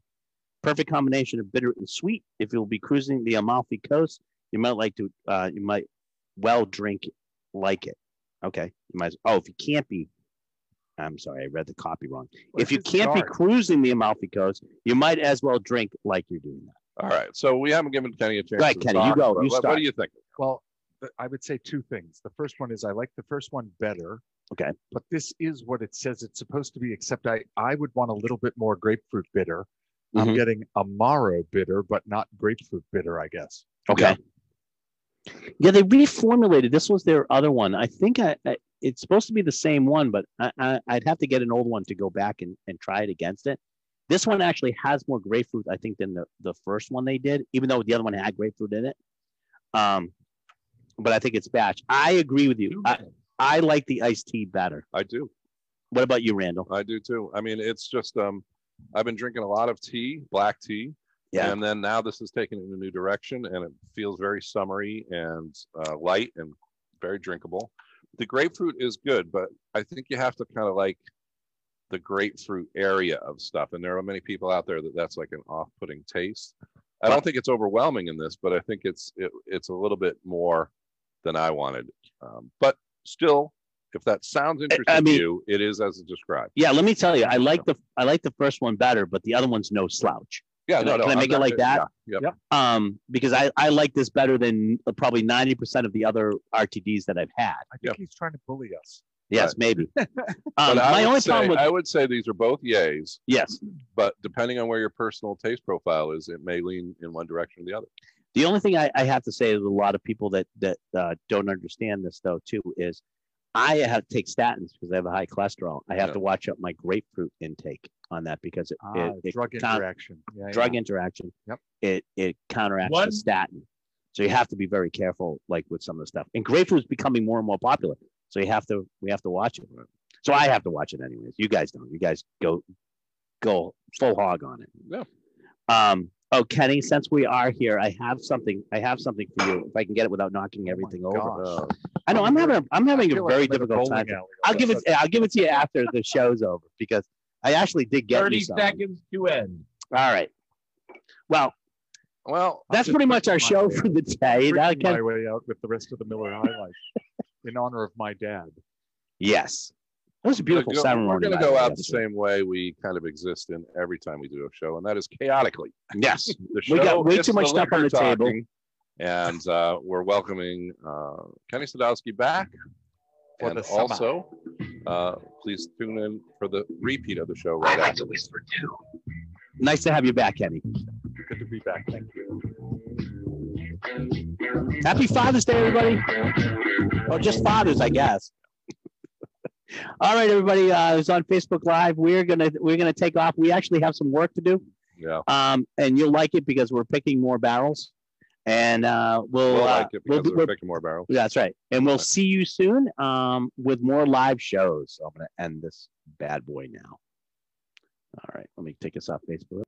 S2: Perfect combination of bitter and sweet. If you'll be cruising the Amalfi Coast, you might like to. Uh, you might well drink it, like it. Okay, you might. Oh, if you can't be, I'm sorry, I read the copy wrong. if you can't be cruising the Amalfi Coast, you might as well drink like you're doing that.
S1: All right. So we haven't given Kenny a chance.
S2: Right,
S1: to
S2: Kenny, you
S1: talk,
S2: go,
S1: but
S2: you
S1: what, what
S2: start.
S1: do you think?
S8: Well, th- I would say two things. The first one is I like the first one better.
S2: Okay.
S8: But this is what it says it's supposed to be, except I, I would want a little bit more grapefruit bitter. I'm
S2: Mhm.
S8: getting Amaro bitter, but not grapefruit bitter, I guess.
S2: Okay. Yeah. they reformulated. This was their other one. I think I, I it's supposed to be the same one, but I, I, I'd have to get an old one to go back and, and try it against it. This one actually has more grapefruit, I think, than the, the first one they did, even though the other one had grapefruit in it. Um, but I think it's batch. I agree with you. I, I like the iced tea better.
S1: I do.
S2: What about you, Randall?
S1: I do too. I mean, it's just um, I've been drinking a lot of tea, black tea,
S2: Yeah.
S1: and then now this is taken in a new direction, and it feels very summery and uh, light and very drinkable. The grapefruit is good, but I think you have to kind of like the grapefruit area of stuff, and there are many people out there that that's like an off-putting taste. I don't think it's overwhelming in this, but I think it's it, it's a little bit more than I wanted. Um, but still, if that sounds interesting
S2: mean-
S1: to you, it is as described.
S2: Yeah, let me tell you, I like the I like the first one better, but the other one's no slouch.
S1: Yeah,
S2: Can
S1: no,
S2: I-
S1: no.
S2: can I
S1: I'm
S2: make it
S1: not-
S2: like that?
S1: Yeah, yep.
S2: Um, because I, I like this better than probably ninety percent of the other RTDs that I've had.
S8: I think
S1: Yep.
S8: he's trying to bully us.
S2: Yes, maybe.
S1: But
S2: Um,
S1: I
S2: my
S1: would
S2: only
S1: say,
S2: problem with
S1: I would say these are both yays,
S2: yes,
S1: but depending on where your personal taste profile is, it may lean in one direction or the other.
S2: the only thing I, I have to say is a lot of people that that uh, don't understand this though too is I have to take statins because I have a high cholesterol. I have
S1: Yeah.
S2: to watch out my grapefruit intake on that because it,
S8: Ah,
S2: it, it
S8: drug
S2: coun-
S8: interaction. Yeah,
S2: drug interaction.
S8: Yep.
S2: It it counteracts
S7: One-
S2: the statin. So you have to be very careful, like with some of the stuff. And grapefruit is becoming more and more popular. So you have to we have to watch it. So I have to watch it anyways. You guys don't. You guys go go full hog on it.
S1: Yeah.
S2: Um. Oh, Kenny. Since we are here, I have something. I have something for you. If I can get it without knocking everything over.
S8: Oh gosh.
S1: Uh,
S2: I know. I'm having. A, I'm having
S8: I
S2: a
S8: feel
S2: very
S8: like I'm in a
S2: difficult
S8: bowling
S2: time.
S8: alley.
S2: I'll give it. I'll give it to you after the show's over because I actually did get
S7: Thirty
S2: you something.
S7: seconds to end.
S2: All right. Well,
S1: well,
S2: that's pretty much our show for the day. Now,
S8: Working
S2: Ken,
S8: my way out with the rest of the Miller High Life in honor of my dad.
S2: yes, that was a beautiful
S1: we're gonna-
S2: ceremony.
S1: We're going
S2: by
S1: to go
S2: way,
S1: out the
S2: yesterday.
S1: same way we kind of exist in every time we do a show, and that is chaotically.
S2: Yes,
S1: The show
S2: we got way
S1: is
S2: too much
S1: the
S2: stuff on the
S1: liquor
S2: table.
S1: talking, and uh, we're welcoming uh, Kenny Sadowski back.
S8: For
S1: and
S8: the summer.
S1: also, uh, please tune in for the repeat of the show right after.
S5: whisper too.
S2: Nice to have you back, Kenny.
S8: Good to be back. Thank you.
S2: Happy Father's Day, everybody. Or just fathers, I guess. All right, everybody. Uh, who's on Facebook Live? We're gonna we're gonna take off. We actually have some work to do,
S1: Yeah.
S2: um, and you'll like it because we're picking more barrels, and uh, we'll
S1: We'll
S2: uh,
S1: like it because
S2: be-
S1: we're picking more barrels.
S2: That's right. And we'll see you soon um, with more live shows. So I'm going to end this bad boy now. All right. Let me take us off Facebook.